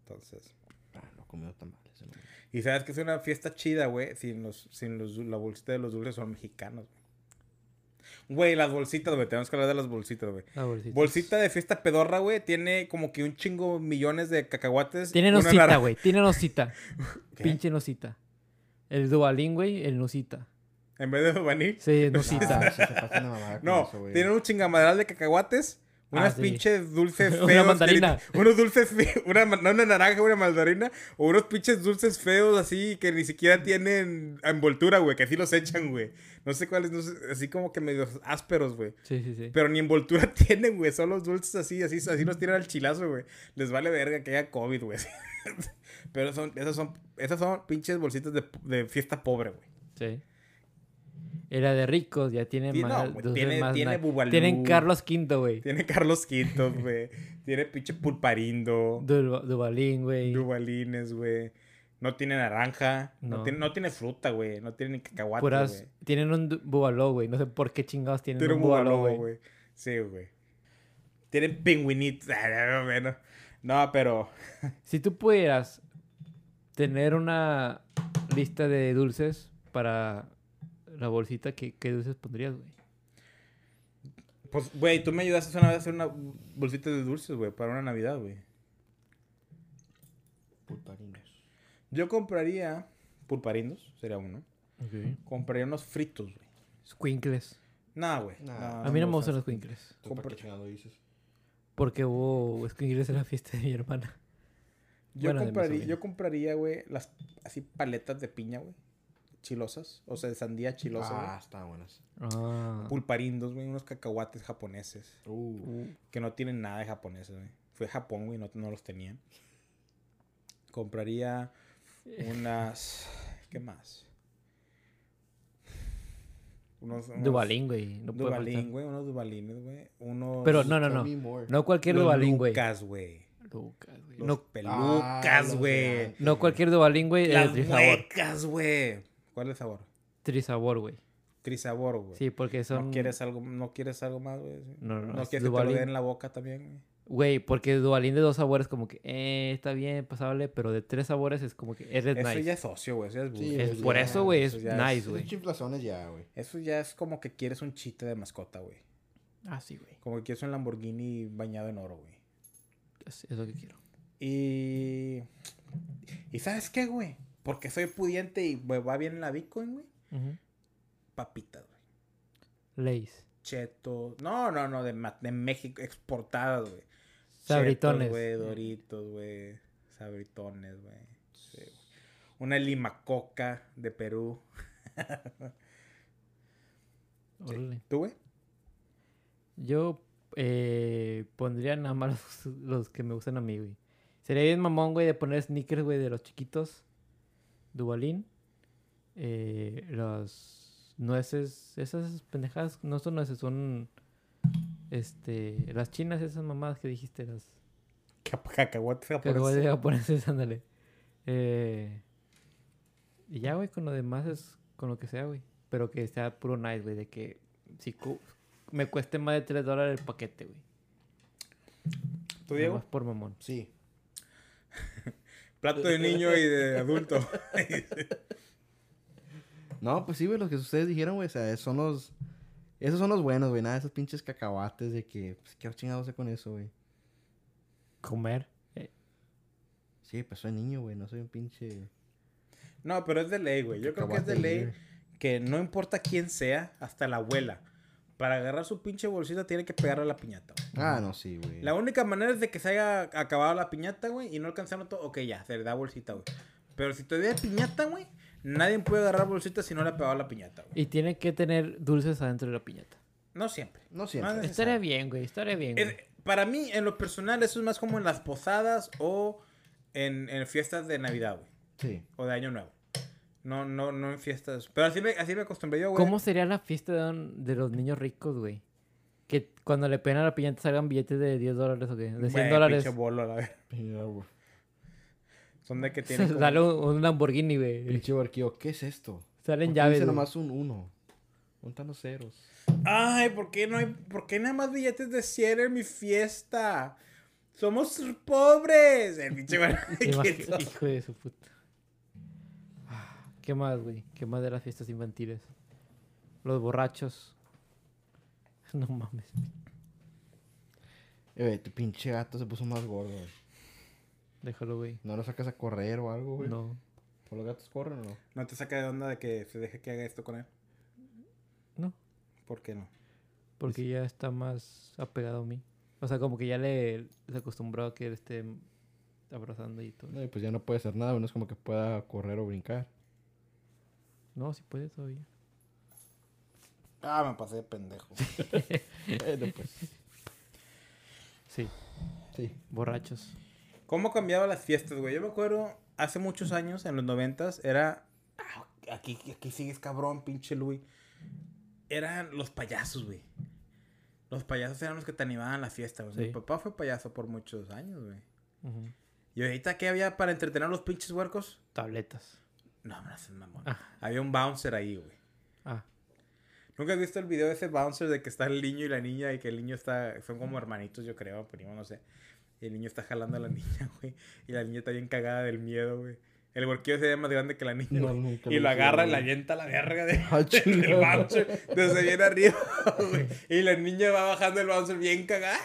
S2: Entonces...
S4: Ah, no he comido tamales. no.
S2: Y sabes que es una fiesta chida, güey, sin los, sin los, du- la bolsita de los dulces son mexicanos, güey. Güey, las bolsitas, güey, tenemos que hablar de las bolsitas, güey.
S3: La bolsita.
S2: Bolsita de fiesta pedorra, güey, tiene como que un chingo millones de cacahuates.
S3: Tiene
S2: una
S3: nosita,
S2: nar-
S3: güey. Tiene nosita.
S2: ¿Qué?
S3: Pinche nosita. El dualín, güey, el nosita.
S2: En vez de maní.
S3: Sí, es
S4: Ah,
S3: nosita.
S4: sí, se pasa una mamada con
S2: No,
S4: eso, güey.
S2: tienen un chingamadral de cacahuates.
S3: Ah,
S2: Unas
S3: sí.
S2: pinches dulces
S3: Una
S2: feos.
S3: mandarina.
S2: que ni- unos dulces feos. Una, ma- no, una naranja, una mandarina. O unos pinches dulces feos así que ni siquiera tienen envoltura, güey. Que así los echan, güey. No sé cuáles. no sé, así como que medio ásperos, güey.
S3: Sí, sí, sí.
S2: Pero ni envoltura tienen, güey. Son los dulces así, así, así los tiran al chilazo, güey. Les vale verga que haya COVID, güey. Pero son, esas son, esas son pinches bolsitas de, de fiesta pobre, güey.
S3: Sí. Era de ricos, ya tiene
S2: Sí, no,
S3: más.
S2: güey,
S3: entonces
S2: tiene-
S3: más
S2: tiene
S3: na-
S2: Bubalú.
S3: Tienen Carlos V, güey.
S2: Tiene Carlos Quintos, güey. Tiene pinche pulparindo.
S3: Duval- Duvalín, güey.
S2: Dubalines, güey. No tiene naranja. No,
S3: No.
S2: tiene, no tiene fruta, güey. No tiene ni cacahuate,
S3: Puras.
S2: güey.
S3: Tienen un du- bubaló, güey. No sé por qué chingados tienen
S2: Tiene
S3: un
S2: un
S3: bubaló,
S2: bubalobo,
S3: güey.
S2: güey. Sí, güey. Tienen pingüinitos. Ah, no, no. No, pero...
S3: Si tú pudieras tener una lista de dulces para la bolsita, ¿qué, qué dulces pondrías, güey?
S2: Pues, güey, tú me ayudaste una vez a hacer una bolsita de dulces, güey. Para una Navidad, güey.
S4: Pulparinos.
S2: Yo compraría... Pulparindos, sería uno. Compraría unos fritos, güey.
S3: Squinkles.
S2: Nah, güey.
S4: Nah.
S2: nah,
S3: A mí no me
S2: gustan.
S3: gustan los squinkles.
S4: ¿Tú para
S2: Compra-
S4: qué chingado dices?
S3: Porque hubo squinkles en la fiesta de mi hermana.
S2: Yo,
S3: Bueno, de mi
S2: compraría,
S3: sobrino.
S2: yo compraría, güey, las así paletas de piña, güey. Chilosas. O sea, de sandía chilosa, güey.
S4: Ah, están buenas.
S3: Ah.
S2: Pulparindos, güey. Unos cacahuates japoneses.
S4: Uh,
S3: Uh,
S2: Que no tienen nada de japoneses, güey. Fue a Japón, güey. No, no los tenían. Compraría unas... ¿Qué más? Unos... unos
S3: Duvalín, güey. No puede
S2: Dubalín,
S3: faltar.
S2: güey. Unos dubalines, güey. Unos...
S3: Pero no, no,
S4: tell
S3: no.
S4: me more.
S3: No cualquier
S2: los
S3: Duvalín, güey.
S2: Lucas, güey.
S3: Lucas, güey.
S2: Los
S3: No,
S4: Ah,
S2: pelucas,
S4: los de
S2: güey.
S4: antes,
S3: no cualquier Duvalín, güey. de
S2: Las
S3: Trisabor.
S2: muecas, güey. ¿Cuál es el sabor?
S3: Trisabor, güey.
S2: Trisabor, güey.
S3: Sí, porque son.
S2: No quieres algo, no quieres algo más, güey. Sí.
S3: No, no,
S2: No
S3: no, es
S2: quieres que te lo
S3: Duvalín.
S2: den en la boca también, güey.
S3: Güey, porque Duvalín de dos sabores, como que, eh, está bien, pasable, pero de tres sabores es como que, es
S2: Eso
S3: nice.
S2: ya es socio, güey. Eso ya es
S4: Sí,
S2: bullying.
S3: Es
S4: pues
S3: por
S4: ya,
S3: eso, güey, es
S2: eso ya es-
S3: nice,
S4: Esos
S3: güey.
S4: chiflazones ya, güey.
S2: Eso ya es como que quieres un chiste de mascota, güey.
S3: Ah, sí, güey.
S2: Como que quieres un Lamborghini bañado en oro, güey.
S3: Es, es lo que quiero.
S2: Y. ¿Y sabes qué, güey? Porque soy pudiente y me va bien la Bitcoin, güey. Papitas, güey.
S3: Lays.
S2: Chetos. No, no, no, de, Ma- de México, exportadas, güey. Chetos,
S3: Sabritones.
S2: güey, Doritos, güey. Sabritones, güey. Sí, güey. Una limacoca de Perú.
S3: Órale.
S2: ¿Tú, güey?
S3: Yo eh, pondría nada más los, los que me gustan a mí, güey. Sería bien mamón, güey, de poner sneakers, güey, de los chiquitos. Dubalín. Eh, los nueces. Esas pendejadas no son nueces, son. Este. Las chinas, esas mamadas que dijiste, las.
S2: Cacahuate
S3: Cacahuates
S2: japonés.
S3: japoneses, ándale. Eh, y ya, güey, con lo demás es con lo que sea, güey. Pero que sea puro nice, güey. De que si cu- me cueste más de 3 dólares el paquete, güey.
S2: ¿Tú,
S3: Nada
S2: Diego?
S3: más por mamón.
S4: Sí.
S2: Plato de niño y de adulto.
S4: No, pues sí, güey, los que ustedes dijeron, güey, o sea, son los... Esos son los buenos, güey, nada, de esos pinches cacahuates de que... Pues, ¿Qué chingados sé con eso, güey?
S3: Comer. Eh,
S4: Sí, pues soy niño, güey, no soy un pinche...
S2: No, pero es de ley, güey. Yo creo que es de
S4: cacahuate,
S2: ley
S4: güey.
S2: que no importa quién sea, hasta la abuela, para agarrar su pinche bolsita tiene que pegarle a la piñata. güey.
S4: Ah, no, sí, güey.
S2: La única manera es de que se haya acabado la piñata, güey, y no alcanzaron todo. Ok, ya, se le da bolsita, güey. Pero si te da piñata, güey, nadie puede agarrar bolsita si no le ha pegado la piñata, güey.
S3: Y tiene que tener dulces adentro de la piñata.
S2: No siempre.
S4: No siempre.
S2: Más
S3: Estaría bien, güey. Estaría bien,
S2: Es-
S3: güey.
S2: para mí, en lo personal, eso es más como en las posadas o en, en fiestas de Navidad, güey.
S4: Sí.
S2: O de Año Nuevo. No, no, no en fiestas. Pero así me, así me acostumbré yo, güey.
S3: ¿Cómo sería la fiesta de, un- de los niños ricos, güey? Que cuando le pegan a la piñata salgan billetes de 10 dólares o qué. De 100
S2: Güey,
S3: dólares.
S2: pinche bolo, la verdad.
S4: Mira, güey,
S2: Son de que tienen como-
S3: Sale un, un Lamborghini, güey.
S4: Pinche barquillo, ¿qué es esto?
S3: Salen
S4: ¿Por qué
S3: llaves.
S4: Dice
S3: güey.
S4: nomás un uno. Juntando ceros.
S2: Ay, ¿por qué no hay... ¿Por qué nada más billetes de 100 en mi fiesta? Somos pobres. El pinche güey.
S3: Imagi- Hijo de su puta. Ah, ¿Qué más, güey? ¿Qué más de las fiestas infantiles? Los borrachos. No mames.
S4: Eh, güey, tu pinche gato se puso más gordo, güey.
S3: Déjalo, güey.
S4: ¿No lo sacas a correr o algo, güey?
S3: No.
S4: ¿Por los gatos corren o no?
S2: No te saca de onda de que se deje que haga esto con él.
S3: No.
S2: ¿Por qué no?
S3: Porque ya está más apegado a mí. O sea, como que ya le se acostumbró a que le esté abrazando y todo.
S4: No, y pues ya no puede hacer nada, güey, no es como que pueda correr o brincar.
S3: No, si puede todavía.
S2: Ah, me pasé de pendejo.
S4: Bueno, pues,
S3: Sí,
S4: sí.
S3: borrachos.
S2: ¿Cómo cambiaban las fiestas, güey? Yo me acuerdo hace muchos años, en los noventas, era... Ah, Aquí, aquí sigues cabrón, pinche Luis. Eran los payasos, güey. Los payasos eran los que te animaban a la fiesta, güey.
S3: Sí.
S2: Mi papá fue payaso por muchos años, güey.
S3: Ujú.
S2: ¿Y ahorita qué había para entretener a los pinches huercos?
S3: Tabletas.
S2: No, no haces mamón.
S3: Ah.
S2: Había un bouncer ahí, güey.
S3: Ah,
S2: ¿Nunca has visto el video de ese bouncer de que está el niño y la niña y que el niño está... Son como hermanitos, yo creo, primo, no sé. Y el niño está jalando a la niña, güey. Y la niña está bien cagada del miedo, güey. El huerquillo se ve más grande que la niña,
S4: No,
S2: güey.
S4: nunca
S2: Y
S4: lo
S2: lo
S4: he visto,
S2: agarra y la
S4: güey.
S2: avienta a la verga de,
S4: Ah,
S2: del
S4: chingado.
S2: bouncer desde bien arriba, güey. Y la niña va bajando el bouncer bien cagada.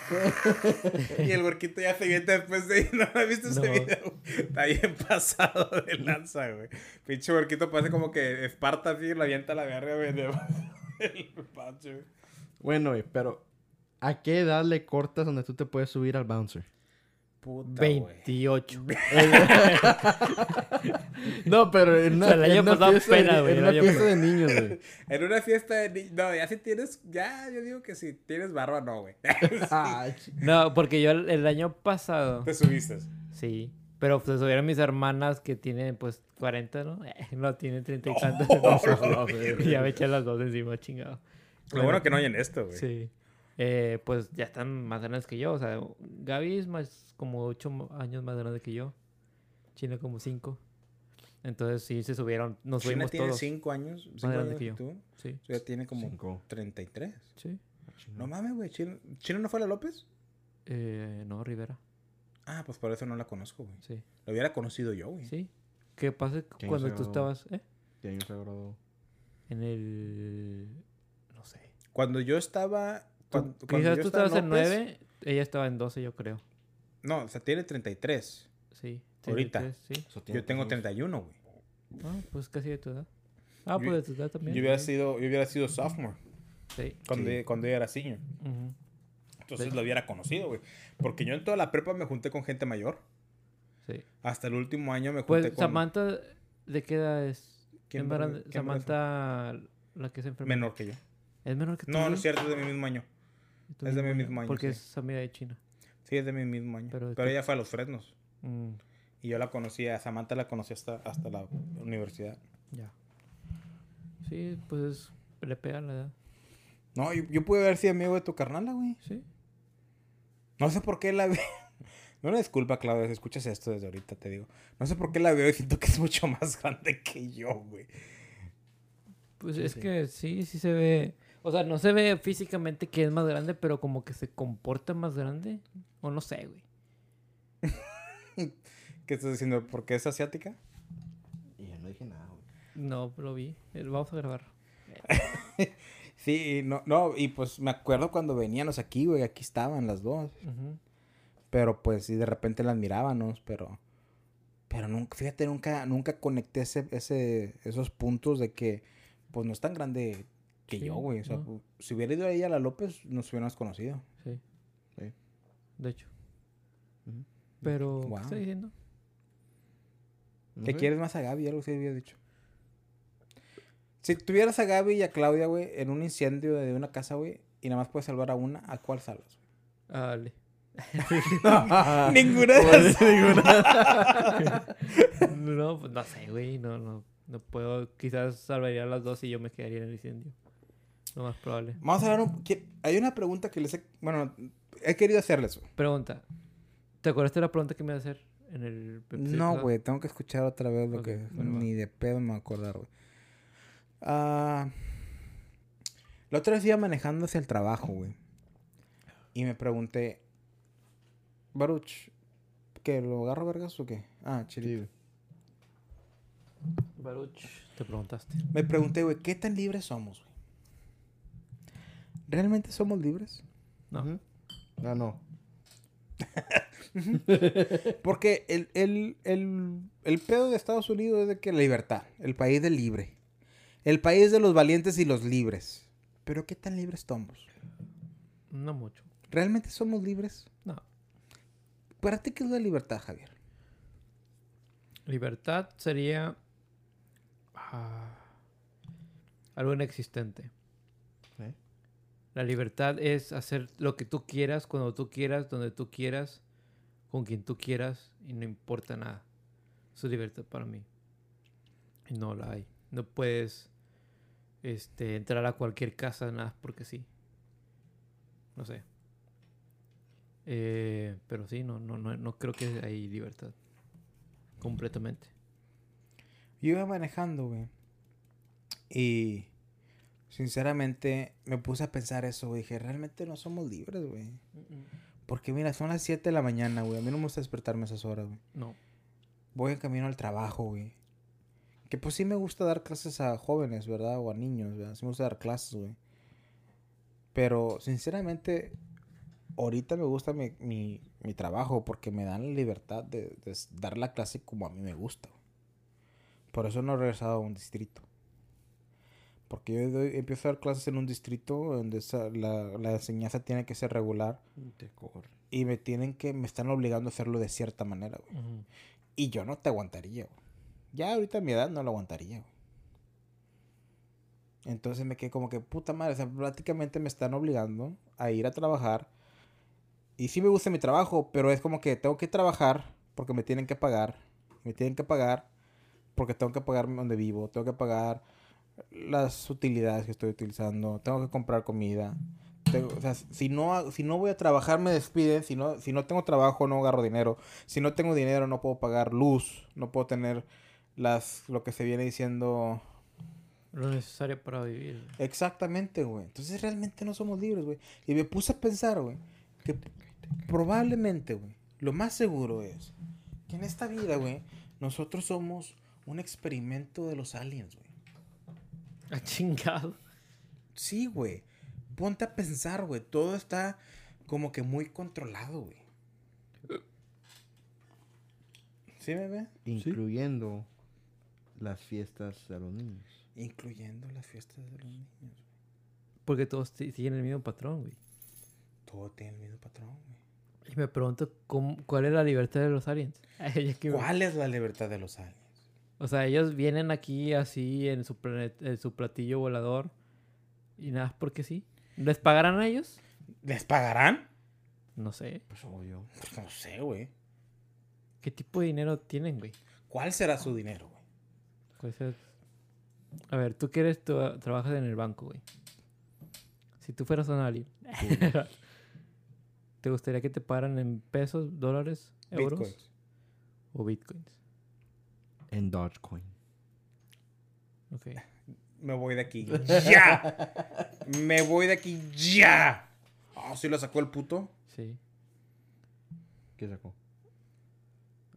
S2: Y el huerquito ya se avienta después de... ¿No has visto ese
S3: No.
S2: video? Está bien pasado de lanza, güey. Pinche huerquito parece como que Esparta así y lo avienta a la verga, güey. de- del bouncer, güey.
S4: Bueno, güey, pero ¿a qué edad le cortas donde tú te puedes subir al bouncer? Eh,
S2: Puta, güey.
S3: 28.
S4: No, pero en
S3: O sea,
S4: una,
S3: el año
S4: en una
S3: pasado
S4: fiesta,
S3: pena,
S4: de,
S3: güey,
S4: en
S3: el
S4: una
S3: año
S4: fiesta de
S3: pasado.
S4: niños, güey.
S2: En una fiesta de ni- No, ya si tienes. Ya, yo digo que si tienes barba, no, güey.
S4: Ah, ch-
S3: No, porque yo el, el año pasado.
S2: Te subiste.
S3: Sí. Pero se subieron mis hermanas que tienen pues 40, ¿no? Eh, no, tienen 30 y
S2: Oh,
S3: tantos. Y ya me eché las dos encima, chingado.
S2: Lo bueno que no oyen esto, güey.
S3: Sí. Eh, pues ya están más grandes que yo. O sea, Gaby es más como 8 años más grande que yo. China como 5. Entonces sí se subieron. Nos
S2: China
S3: subimos
S2: tiene
S3: todos.
S2: 5 años. 5
S3: grande
S2: años
S3: que
S2: que
S3: yo.
S2: tú.
S3: Sí.
S2: Ya tiene como
S4: Cinco.
S2: 33.
S3: Sí.
S2: No mames, güey. ¿China, ¿China no fue la López?
S3: Eh, no, Rivera.
S2: Ah, pues por eso no la conozco, güey.
S3: Sí.
S2: Lo hubiera conocido yo, güey.
S3: Sí. ¿Qué pasa cu-
S4: ¿Quién
S3: cuando
S4: se
S3: tú
S4: graduó?
S3: estabas eh?
S4: ¿Qué año se graduó?
S3: en el... No sé.
S2: Cuando yo estaba. cuan- Cuando,
S3: Tú- quizás
S2: yo
S3: tú
S2: estaba
S3: estabas en
S2: López-
S3: 9, ella estaba en 12, yo creo.
S2: No, o sea, tiene 33.
S3: Sí.
S2: Ahorita.
S3: 33, Sí.
S4: Eso tiene
S2: Yo tengo
S4: tres
S2: 31, güey.
S3: Ah, pues casi de tu edad. Ah,
S2: Yo-
S3: pues de tu edad también.
S2: Yo hubiera
S3: sí.
S2: sido, yo hubiera sido sophomore
S3: Sí.
S2: cuando,
S4: Sí.
S2: yo- cuando yo era senior.
S3: Ujú.
S2: Entonces
S3: Sí.
S2: lo hubiera conocido, güey. Porque yo en toda la prepa me junté con gente mayor.
S3: Sí.
S2: Hasta el último año me junté
S3: Pues
S2: con...
S3: Samantha, ¿de qué edad es?
S2: ¿Quién
S3: Es
S2: me-
S3: grande-
S2: quién me
S3: Samantha, la que es enfermera.
S2: Menor que yo.
S3: ¿Es menor que tú?
S2: No, no
S3: güey?
S2: es cierto, es de mi mismo año.
S3: ¿Tu
S2: es de mi mismo año,
S3: Porque
S2: sí.
S3: es amiga de China.
S2: Sí, es de mi mismo año.
S3: Pero
S2: Pero,
S3: tú-
S2: ella fue a los Fresnos.
S3: Mm,
S2: Y yo la conocí, a Samantha la conocí hasta, hasta la universidad.
S3: ya. Sí, pues es- le pega la edad.
S2: No, yo, yo pude haber sido amigo de tu carnala, güey.
S3: Sí.
S2: No sé por qué la veo. No una disculpa, Claudia, si escuchas esto desde ahorita, te digo. No sé por qué la veo y siento que es mucho más grande que yo, güey.
S3: Pues
S4: Sí,
S3: es
S4: sí.
S3: que sí, sí se ve. O sea, no se ve físicamente que es más grande, pero como que se comporta más grande. O no sé, güey.
S2: ¿Qué estás diciendo? ¿Por qué es asiática?
S4: Y yo no dije nada, güey.
S3: No, lo vi. Eh, Vamos a grabar.
S2: Sí, y no, no, y pues me acuerdo cuando veníamos aquí, güey, aquí estaban las dos.
S3: Ujú.
S2: Pero pues, y de repente las mirábamos, pero. Pero nunca, fíjate, nunca, nunca conecté ese, ese, esos puntos de que, pues no es tan grande que
S3: Sí,
S2: yo, güey. O sea,
S3: no.
S2: pu- si hubiera ido ella a la López, nos hubiéramos conocido.
S3: Sí.
S4: Sí.
S3: De hecho.
S4: Ujú.
S3: Pero, ¿qué
S2: Guau.
S3: estoy diciendo?
S4: No
S2: Te
S4: sé.
S2: quieres más a Gaby, algo así había dicho. Si tuvieras a Gaby y a Claudia, güey, en un incendio de una casa, güey, y nada más puedes salvar a una, ¿a cuál salvas?
S3: Dale.
S2: Ninguna de las
S3: No, pues no sé, güey. No, no, no puedo. Quizás salvaría a las dos y yo me quedaría en el incendio. Lo más probable.
S2: Vamos a hablar un... que- Hay una pregunta que les he... Bueno, he querido hacerles. güey.
S3: Pregunta. ¿Te acordaste de la pregunta que me iba a hacer en el episodio
S2: No,
S3: pasado?
S2: güey, tengo que escuchar otra vez lo
S3: Ok,
S2: que...
S3: bueno, va.
S2: Ni de pedo me voy a acordar, güey. Ah, La otra vez iba manejando hacia el trabajo, güey. Y me pregunté... Baruch, ¿qué? ¿Lo agarro vergas o qué? Ah, chile.
S4: Sí,
S3: Baruch, te preguntaste.
S2: Me pregunté, güey, ¿qué tan libres somos, güey? ¿Realmente somos libres?
S3: No.
S4: Ujú. No, Ah, no.
S2: Porque el, el, el, el pedo de Estados Unidos es de que la libertad, el país del libre, el país de los valientes y los libres. Pero ¿qué tan libres somos?
S3: No mucho.
S2: ¿Realmente somos libres?
S3: No.
S2: ¿Para ti qué es la libertad, Javier?
S3: Libertad sería ah, algo inexistente.
S4: ¿Eh?
S3: La libertad es hacer lo que tú quieras, cuando tú quieras, donde tú quieras, con quien tú quieras y no importa nada. Eso es libertad para mí. Y no la hay. No puedes este, entrar a cualquier casa nada más porque sí. No sé. Eh, pero sí, no, no, no, no creo que hay libertad. Completamente.
S2: Yo iba manejando, güey. Y sinceramente me puse a pensar eso, güey. Dije, realmente no somos libres, güey. Porque mira, son las 7 de la mañana, güey. A mí no me gusta despertarme a esas horas, güey.
S3: No.
S2: voy en camino al trabajo, güey. Que pues sí me gusta dar clases a jóvenes, ¿verdad? O a niños, ¿verdad? Sí me gusta dar clases, güey. Pero sinceramente, ahorita me gusta mi, mi, mi trabajo porque me dan la libertad de, de s- dar la clase como a mí me gusta. güey. Por eso no he regresado a un distrito. Porque yo doy- empiezo a dar clases en un distrito donde esa- la, la enseñanza tiene que ser regular
S4: Te corre.
S2: y me tienen que, me están obligando a hacerlo de cierta manera, güey.
S3: Ujú.
S2: Y yo no te aguantaría, güey. Ya ahorita a mi edad no lo aguantaría, güey. Entonces me quedé como que, puta madre, o sea, prácticamente me están obligando a ir a trabajar. Y sí me gusta mi trabajo, pero es como que tengo que trabajar porque me tienen que pagar. Me tienen que pagar porque tengo que pagar donde vivo, tengo que pagar las utilidades que estoy utilizando, tengo que comprar comida. Tengo- o sea, si no, ha- si no voy a trabajar me despiden, si no, si no tengo trabajo no agarro dinero si no tengo dinero no puedo pagar luz, no puedo tener las lo que se viene diciendo
S3: Lo necesario para vivir.
S2: exactamente, güey. Entonces realmente no somos libres, güey. Y me puse a pensar, güey, que probablemente, güey, lo más seguro es que en esta vida, güey, nosotros somos un experimento de los aliens, güey.
S3: A Ah, chingado.
S2: Sí, güey. Ponte a pensar, güey. Todo está como que muy controlado, güey. ¿Sí, bebé?
S4: Incluyendo las fiestas a los niños.
S2: Incluyendo las fiestas de los niños.
S3: Porque todos ti- siguen el mismo patrón, güey.
S2: Todo tiene el mismo patrón, güey.
S3: Y me pregunto cómo- cuál es la libertad de los aliens. Ay, es que-
S2: ¿Cuál es la libertad de los aliens?
S3: O sea, ellos vienen aquí así en su, planet- en su platillo volador. Y nada, más porque sí. ¿Les pagarán a ellos?
S2: ¿Les pagarán?
S3: No sé.
S4: Pues obvio.
S2: Pues no sé, güey.
S3: ¿Qué tipo de dinero tienen, güey?
S2: ¿Cuál será su dinero, güey?
S3: Pues es- A ver, tú que eres, tú, ah, trabajas en el banco, güey. Si tú fueras Donali, ¿te gustaría que te pagaran en pesos, dólares, euros
S2: Bitcoins.
S3: o bitcoins?
S4: En Dogecoin.
S3: Ok.
S2: Me voy de aquí. ¡Ya! Me voy de aquí. ¡Ya! Ah, sí lo sacó el puto.
S3: Sí.
S4: ¿Qué sacó?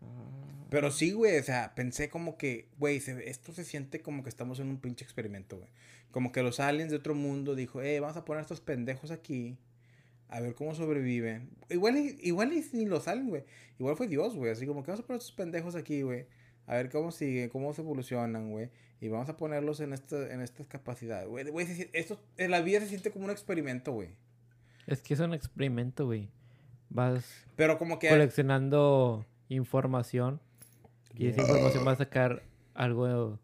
S4: Ah,
S2: Pero sí, güey, o sea, pensé como que, güey, se- esto se siente como que estamos en un pinche experimento, güey. Como que los aliens de otro mundo dijo, eh, vamos a poner a estos pendejos aquí, a ver cómo sobreviven. Igual, y- igual y ni los aliens, güey. Igual fue Dios, güey, así como que vamos a poner a estos pendejos aquí, güey. A ver cómo siguen, cómo se evolucionan, güey. Y vamos a ponerlos en, esta, en estas capacidades, güey. Güey, se sien- esto, en la vida se siente como un experimento, güey.
S3: Es que es un experimento, güey. Vas
S2: Pero como que...
S3: coleccionando información y esa información va a sacar algo,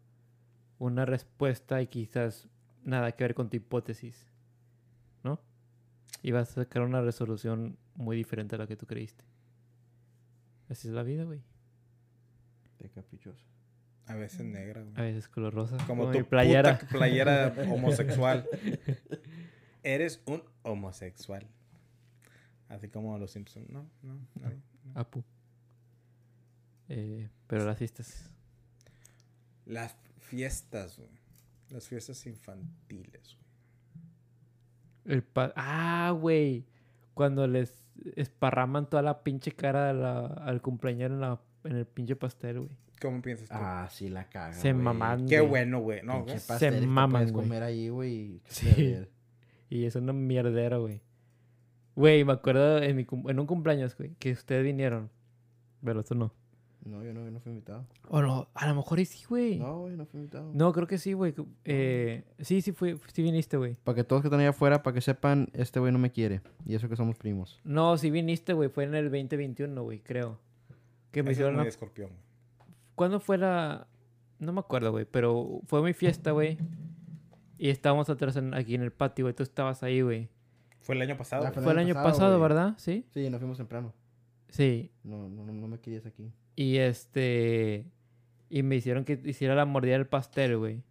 S3: una respuesta y quizás nada que ver con tu hipótesis, ¿no? Y vas a sacar una resolución muy diferente a la que tú creíste. Así es la vida, güey.
S4: Te caprichoso.
S2: A veces negra, güey.
S3: A veces color rosa.
S2: Como,
S3: mi
S2: tu
S3: playera.
S2: puta playera homosexual. Eres un homosexual. Así como los Simpsons. No, no, no.
S3: Apu. Eh, pero las fiestas.
S2: Las fiestas, güey. Las fiestas infantiles, güey.
S3: El pa- ah, güey. Cuando les esparraman toda la pinche cara a la- al cumpleañero en, la- en el pinche pastel, güey.
S2: ¿Cómo piensas tú?
S4: Ah, sí, la caga.
S3: Se
S4: güey.
S3: maman.
S2: Qué
S3: güey.
S2: bueno, güey. No,
S4: Pinche
S2: güey.
S3: Se
S4: pasteles que
S3: maman,
S4: puedes
S3: güey.
S4: comer ahí, güey.
S3: Sí. Y es una mierdera, güey. Güey, me acuerdo en, mi cum- en un cumpleaños, güey, que ustedes vinieron. Pero tú no.
S4: No, yo no, yo no fui invitado.
S3: O no, a lo mejor y sí, güey. No.
S4: No, güey, no fui invitado.
S3: creo que sí, güey. que- eh, sí, sí, fue, sí viniste, güey.
S4: Para que todos que están allá afuera, para que sepan, este güey no me quiere. Y eso que somos primos.
S3: No, sí viniste, güey. Fue en el 2021, güey, creo. Que me
S2: Ese es
S3: hicieron
S2: muy
S3: una
S2: de escorpión, güey.
S3: ¿Cuándo fue la...? No me acuerdo, güey, pero fue mi fiesta, güey. Y estábamos atrás en- aquí en el patio, güey. Tú estabas ahí, güey.
S2: Fue el año pasado.
S4: La
S2: güey.
S3: Fue el año pasado,
S4: güey.
S3: ¿verdad? Sí.
S4: Sí, nos fuimos temprano.
S3: Sí.
S4: No, no, no, no me querías aquí.
S3: Y este... Y me hicieron que hiciera la mordida del pastel, güey.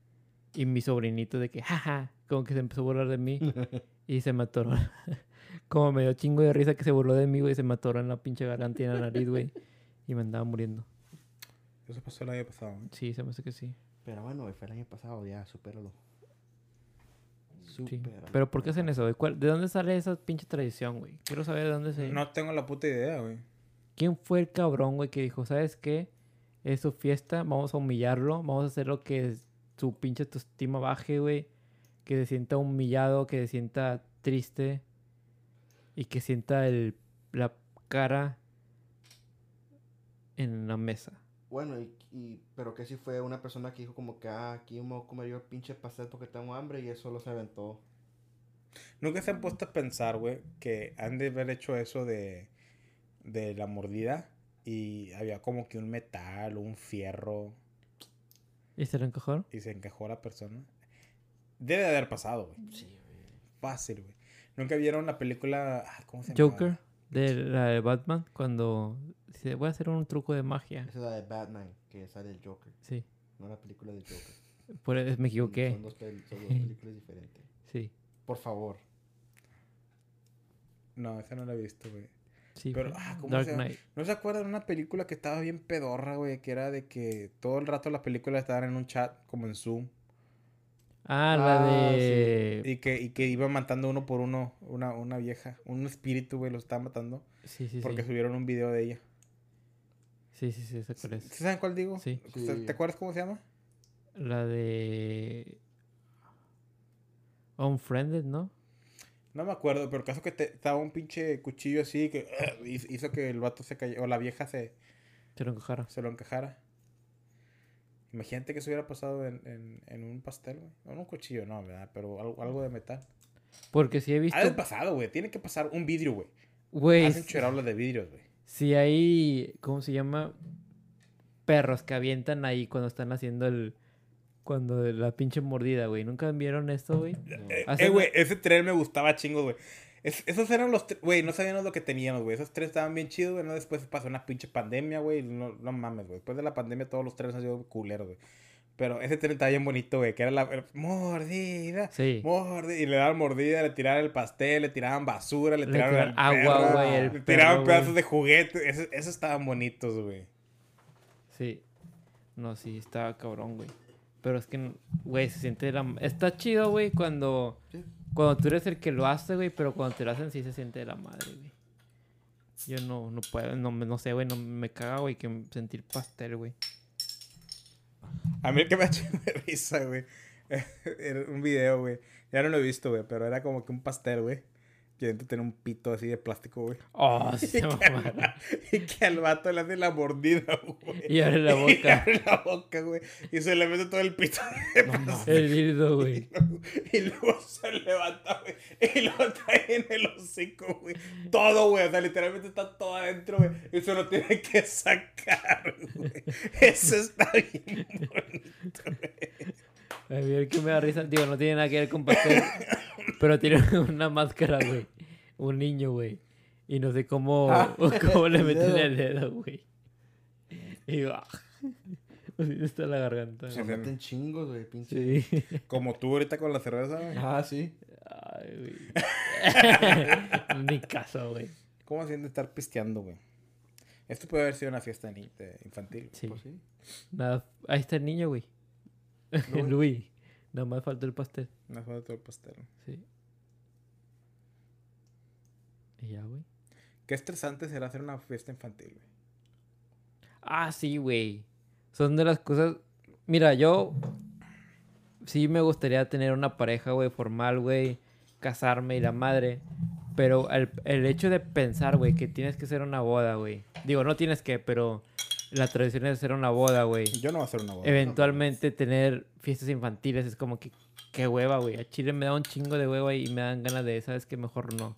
S3: Y mi sobrinito de que, jaja, como que se empezó a burlar de mí. y se me atoró. como me dio chingo de risa que se burló de mí, güey. y Se me atoró en la pinche garganta y en la nariz, güey. Y me andaba muriendo.
S2: Eso pasó el año pasado, güey.
S3: Sí, se me hace que sí.
S4: Pero bueno, güey, fue el año pasado, ya, supéralo.
S3: Sí.
S4: Supéralo.
S3: Pero ¿por qué hacen eso? güey? ¿Cuál- ¿De dónde sale esa pinche tradición, güey? Quiero saber de dónde se...
S2: No tengo la puta idea, güey.
S3: ¿Quién fue el cabrón, güey, que dijo, ¿sabes qué? Es su fiesta, vamos a humillarlo, vamos a hacer lo que es- su pinche autoestima baje, güey. Que se sienta humillado, que se sienta triste y que sienta el, la cara en la mesa.
S4: Bueno, y, y- pero que sí fue una persona que dijo como que, ah, aquí me voy a comer yo el pinche pastel porque tengo hambre y eso lo se aventó.
S2: Nunca se han puesto a pensar, güey, que han de haber hecho eso de, de la mordida y había como que un metal o un fierro
S3: ¿Y se lo encajó?
S2: y se encajó la persona. Debe de haber pasado, güey. Fácil, güey. ¿Nunca vieron la película... ah, ¿Cómo se llama?
S3: Joker, de la de Batman, cuando dice, voy a hacer un truco de magia.
S4: Esa es la de Batman, que sale el Joker,
S3: Sí,
S4: no la película del Joker.
S3: por, e, me
S4: Son-
S3: equivoqué.
S4: Son dos, pel- son dos películas diferentes.
S3: Sí,
S4: Por favor.
S2: No, esa no la he visto, güey.
S3: sí.
S2: Pero,
S3: fue
S2: ah, ¿cómo
S3: Dark
S2: se llama?
S3: Knight.
S2: ¿No se acuerdan de una película que estaba bien pedorra, güey? Que era de que todo el rato las películas estaban en un chat, como en Zoom.
S3: Ah, la
S4: Ah, sí.
S3: de...
S2: Y que, y que iban matando uno por uno una, una vieja. Un espíritu, güey, lo estaba matando.
S3: Sí, sí, sí.
S2: porque subieron un video de ella.
S3: Sí, sí, sí, sé cuál es.
S2: ¿Sí ¿Saben cuál digo?
S3: Sí.
S2: O sea,
S4: Sí.
S2: ¿Te acuerdas cómo se llama?
S3: La de... Unfriended, ¿no?
S2: No me acuerdo, pero el caso que te, estaba un pinche cuchillo así que hizo hizo que el vato se cayera o la vieja se,
S3: Te lo encajara.
S2: pues, se lo encajara. Imagínate que eso hubiera pasado en, en- en un pastel, güey. No, en un cuchillo, no, ¿verdad? Pero algo, algo de metal.
S3: Porque si he visto...
S2: Ha de haber pasado, güey. Tiene que pasar un vidrio, güey.
S3: Güey,
S2: Hacen choraulas de vidrios, güey.
S3: si hay... ¿Cómo se llama? Perros que avientan ahí cuando están haciendo el... Cuando la pinche mordida, güey. ¿Nunca vieron esto, güey?
S2: Eh,
S3: Hacen-
S2: güey, ese tren me gustaba chingo, güey. Es- esos eran los tres, güey, no sabíamos lo que teníamos, güey. Esos tres estaban bien chidos, güey. ¿no? Después pasó una pinche pandemia, güey. No, no mames, güey. Después de la pandemia todos los tres han sido culeros, güey. Pero ese tren estaba bien bonito, güey. Que era la... era- mordida.
S3: Sí.
S2: Morde, y le daban mordida, le tiraban el pastel, le tiraban basura, le
S3: Le
S2: tiraban,
S3: tiraban
S2: al
S3: agua,
S2: perro,
S3: güey, el
S2: le tiraban
S3: perro,
S2: pedazos
S3: güey.
S2: de juguete. Esos, esos estaban bonitos, güey.
S3: Sí. No, sí, estaba cabrón, güey. Pero es que, güey, se siente la... Está chido, güey, cuando...
S4: Sí.
S3: Cuando tú eres el que lo hace, güey, pero cuando te lo hacen sí se siente de la madre, güey. Yo no, no puedo, no, me- no sé, güey, no me caga, güey, que sentir pastel, güey.
S2: A mí el que me ha hecho de risa, güey. Era un video, güey. Ya no lo he visto, güey, pero era como que un pastel, güey. Que dentro tenía un pito así de plástico, güey.
S3: Oh, sí, se mamaron.
S2: Y que al vato le hace la mordida, güey.
S3: Y abre la
S2: Y
S3: boca.
S2: abre la boca, güey. Y se le mete todo el pito. de pastel.
S3: El dildo, güey.
S2: Y luego se levanta, güey. Y lo trae en el hocico, güey. Todo, güey. O sea, literalmente está todo adentro, güey. Y se lo tiene que sacar, güey. Eso está bien bonito, güey.
S3: A mí el que me da risa, digo, no tiene nada que ver con pastel, pero tiene una máscara, güey. Un niño, güey. Y no sé cómo,
S4: Ah,
S3: cómo le
S4: el
S3: meten
S4: dedo.
S3: el dedo, güey. Y digo, ah, así está la garganta.
S2: Sí,
S4: Se
S3: güey.
S4: meten chingos, güey, pinche.
S3: Sí.
S2: Como tú ahorita con la cerveza, güey.
S4: Ah, sí.
S3: Ay, güey. Ni caso, güey.
S2: ¿Cómo se siente estar pisteando, güey? Esto puede haber sido una fiesta ni- de- infantil.
S3: Sí.
S4: Pues sí.
S3: Nada, ahí está el niño, güey. Luis. Nada más faltó el pastel.
S2: Una foto de todo el pastel.
S3: Sí. Y ya, güey.
S2: Qué estresante será hacer una fiesta infantil, güey.
S3: Ah, sí, güey. Son de las cosas. Mira, yo sí me gustaría tener una pareja, güey, formal, güey, casarme y la madre. Pero el, el hecho de pensar, güey, que tienes que hacer una boda, güey. Digo, no tienes que, pero la tradición es hacer una boda, güey.
S2: Yo no voy a hacer una boda.
S3: Eventualmente tener fiestas infantiles es como que, qué hueva, güey. A Chile me da un chingo de hueva y me dan ganas de, ¿sabes que Mejor no.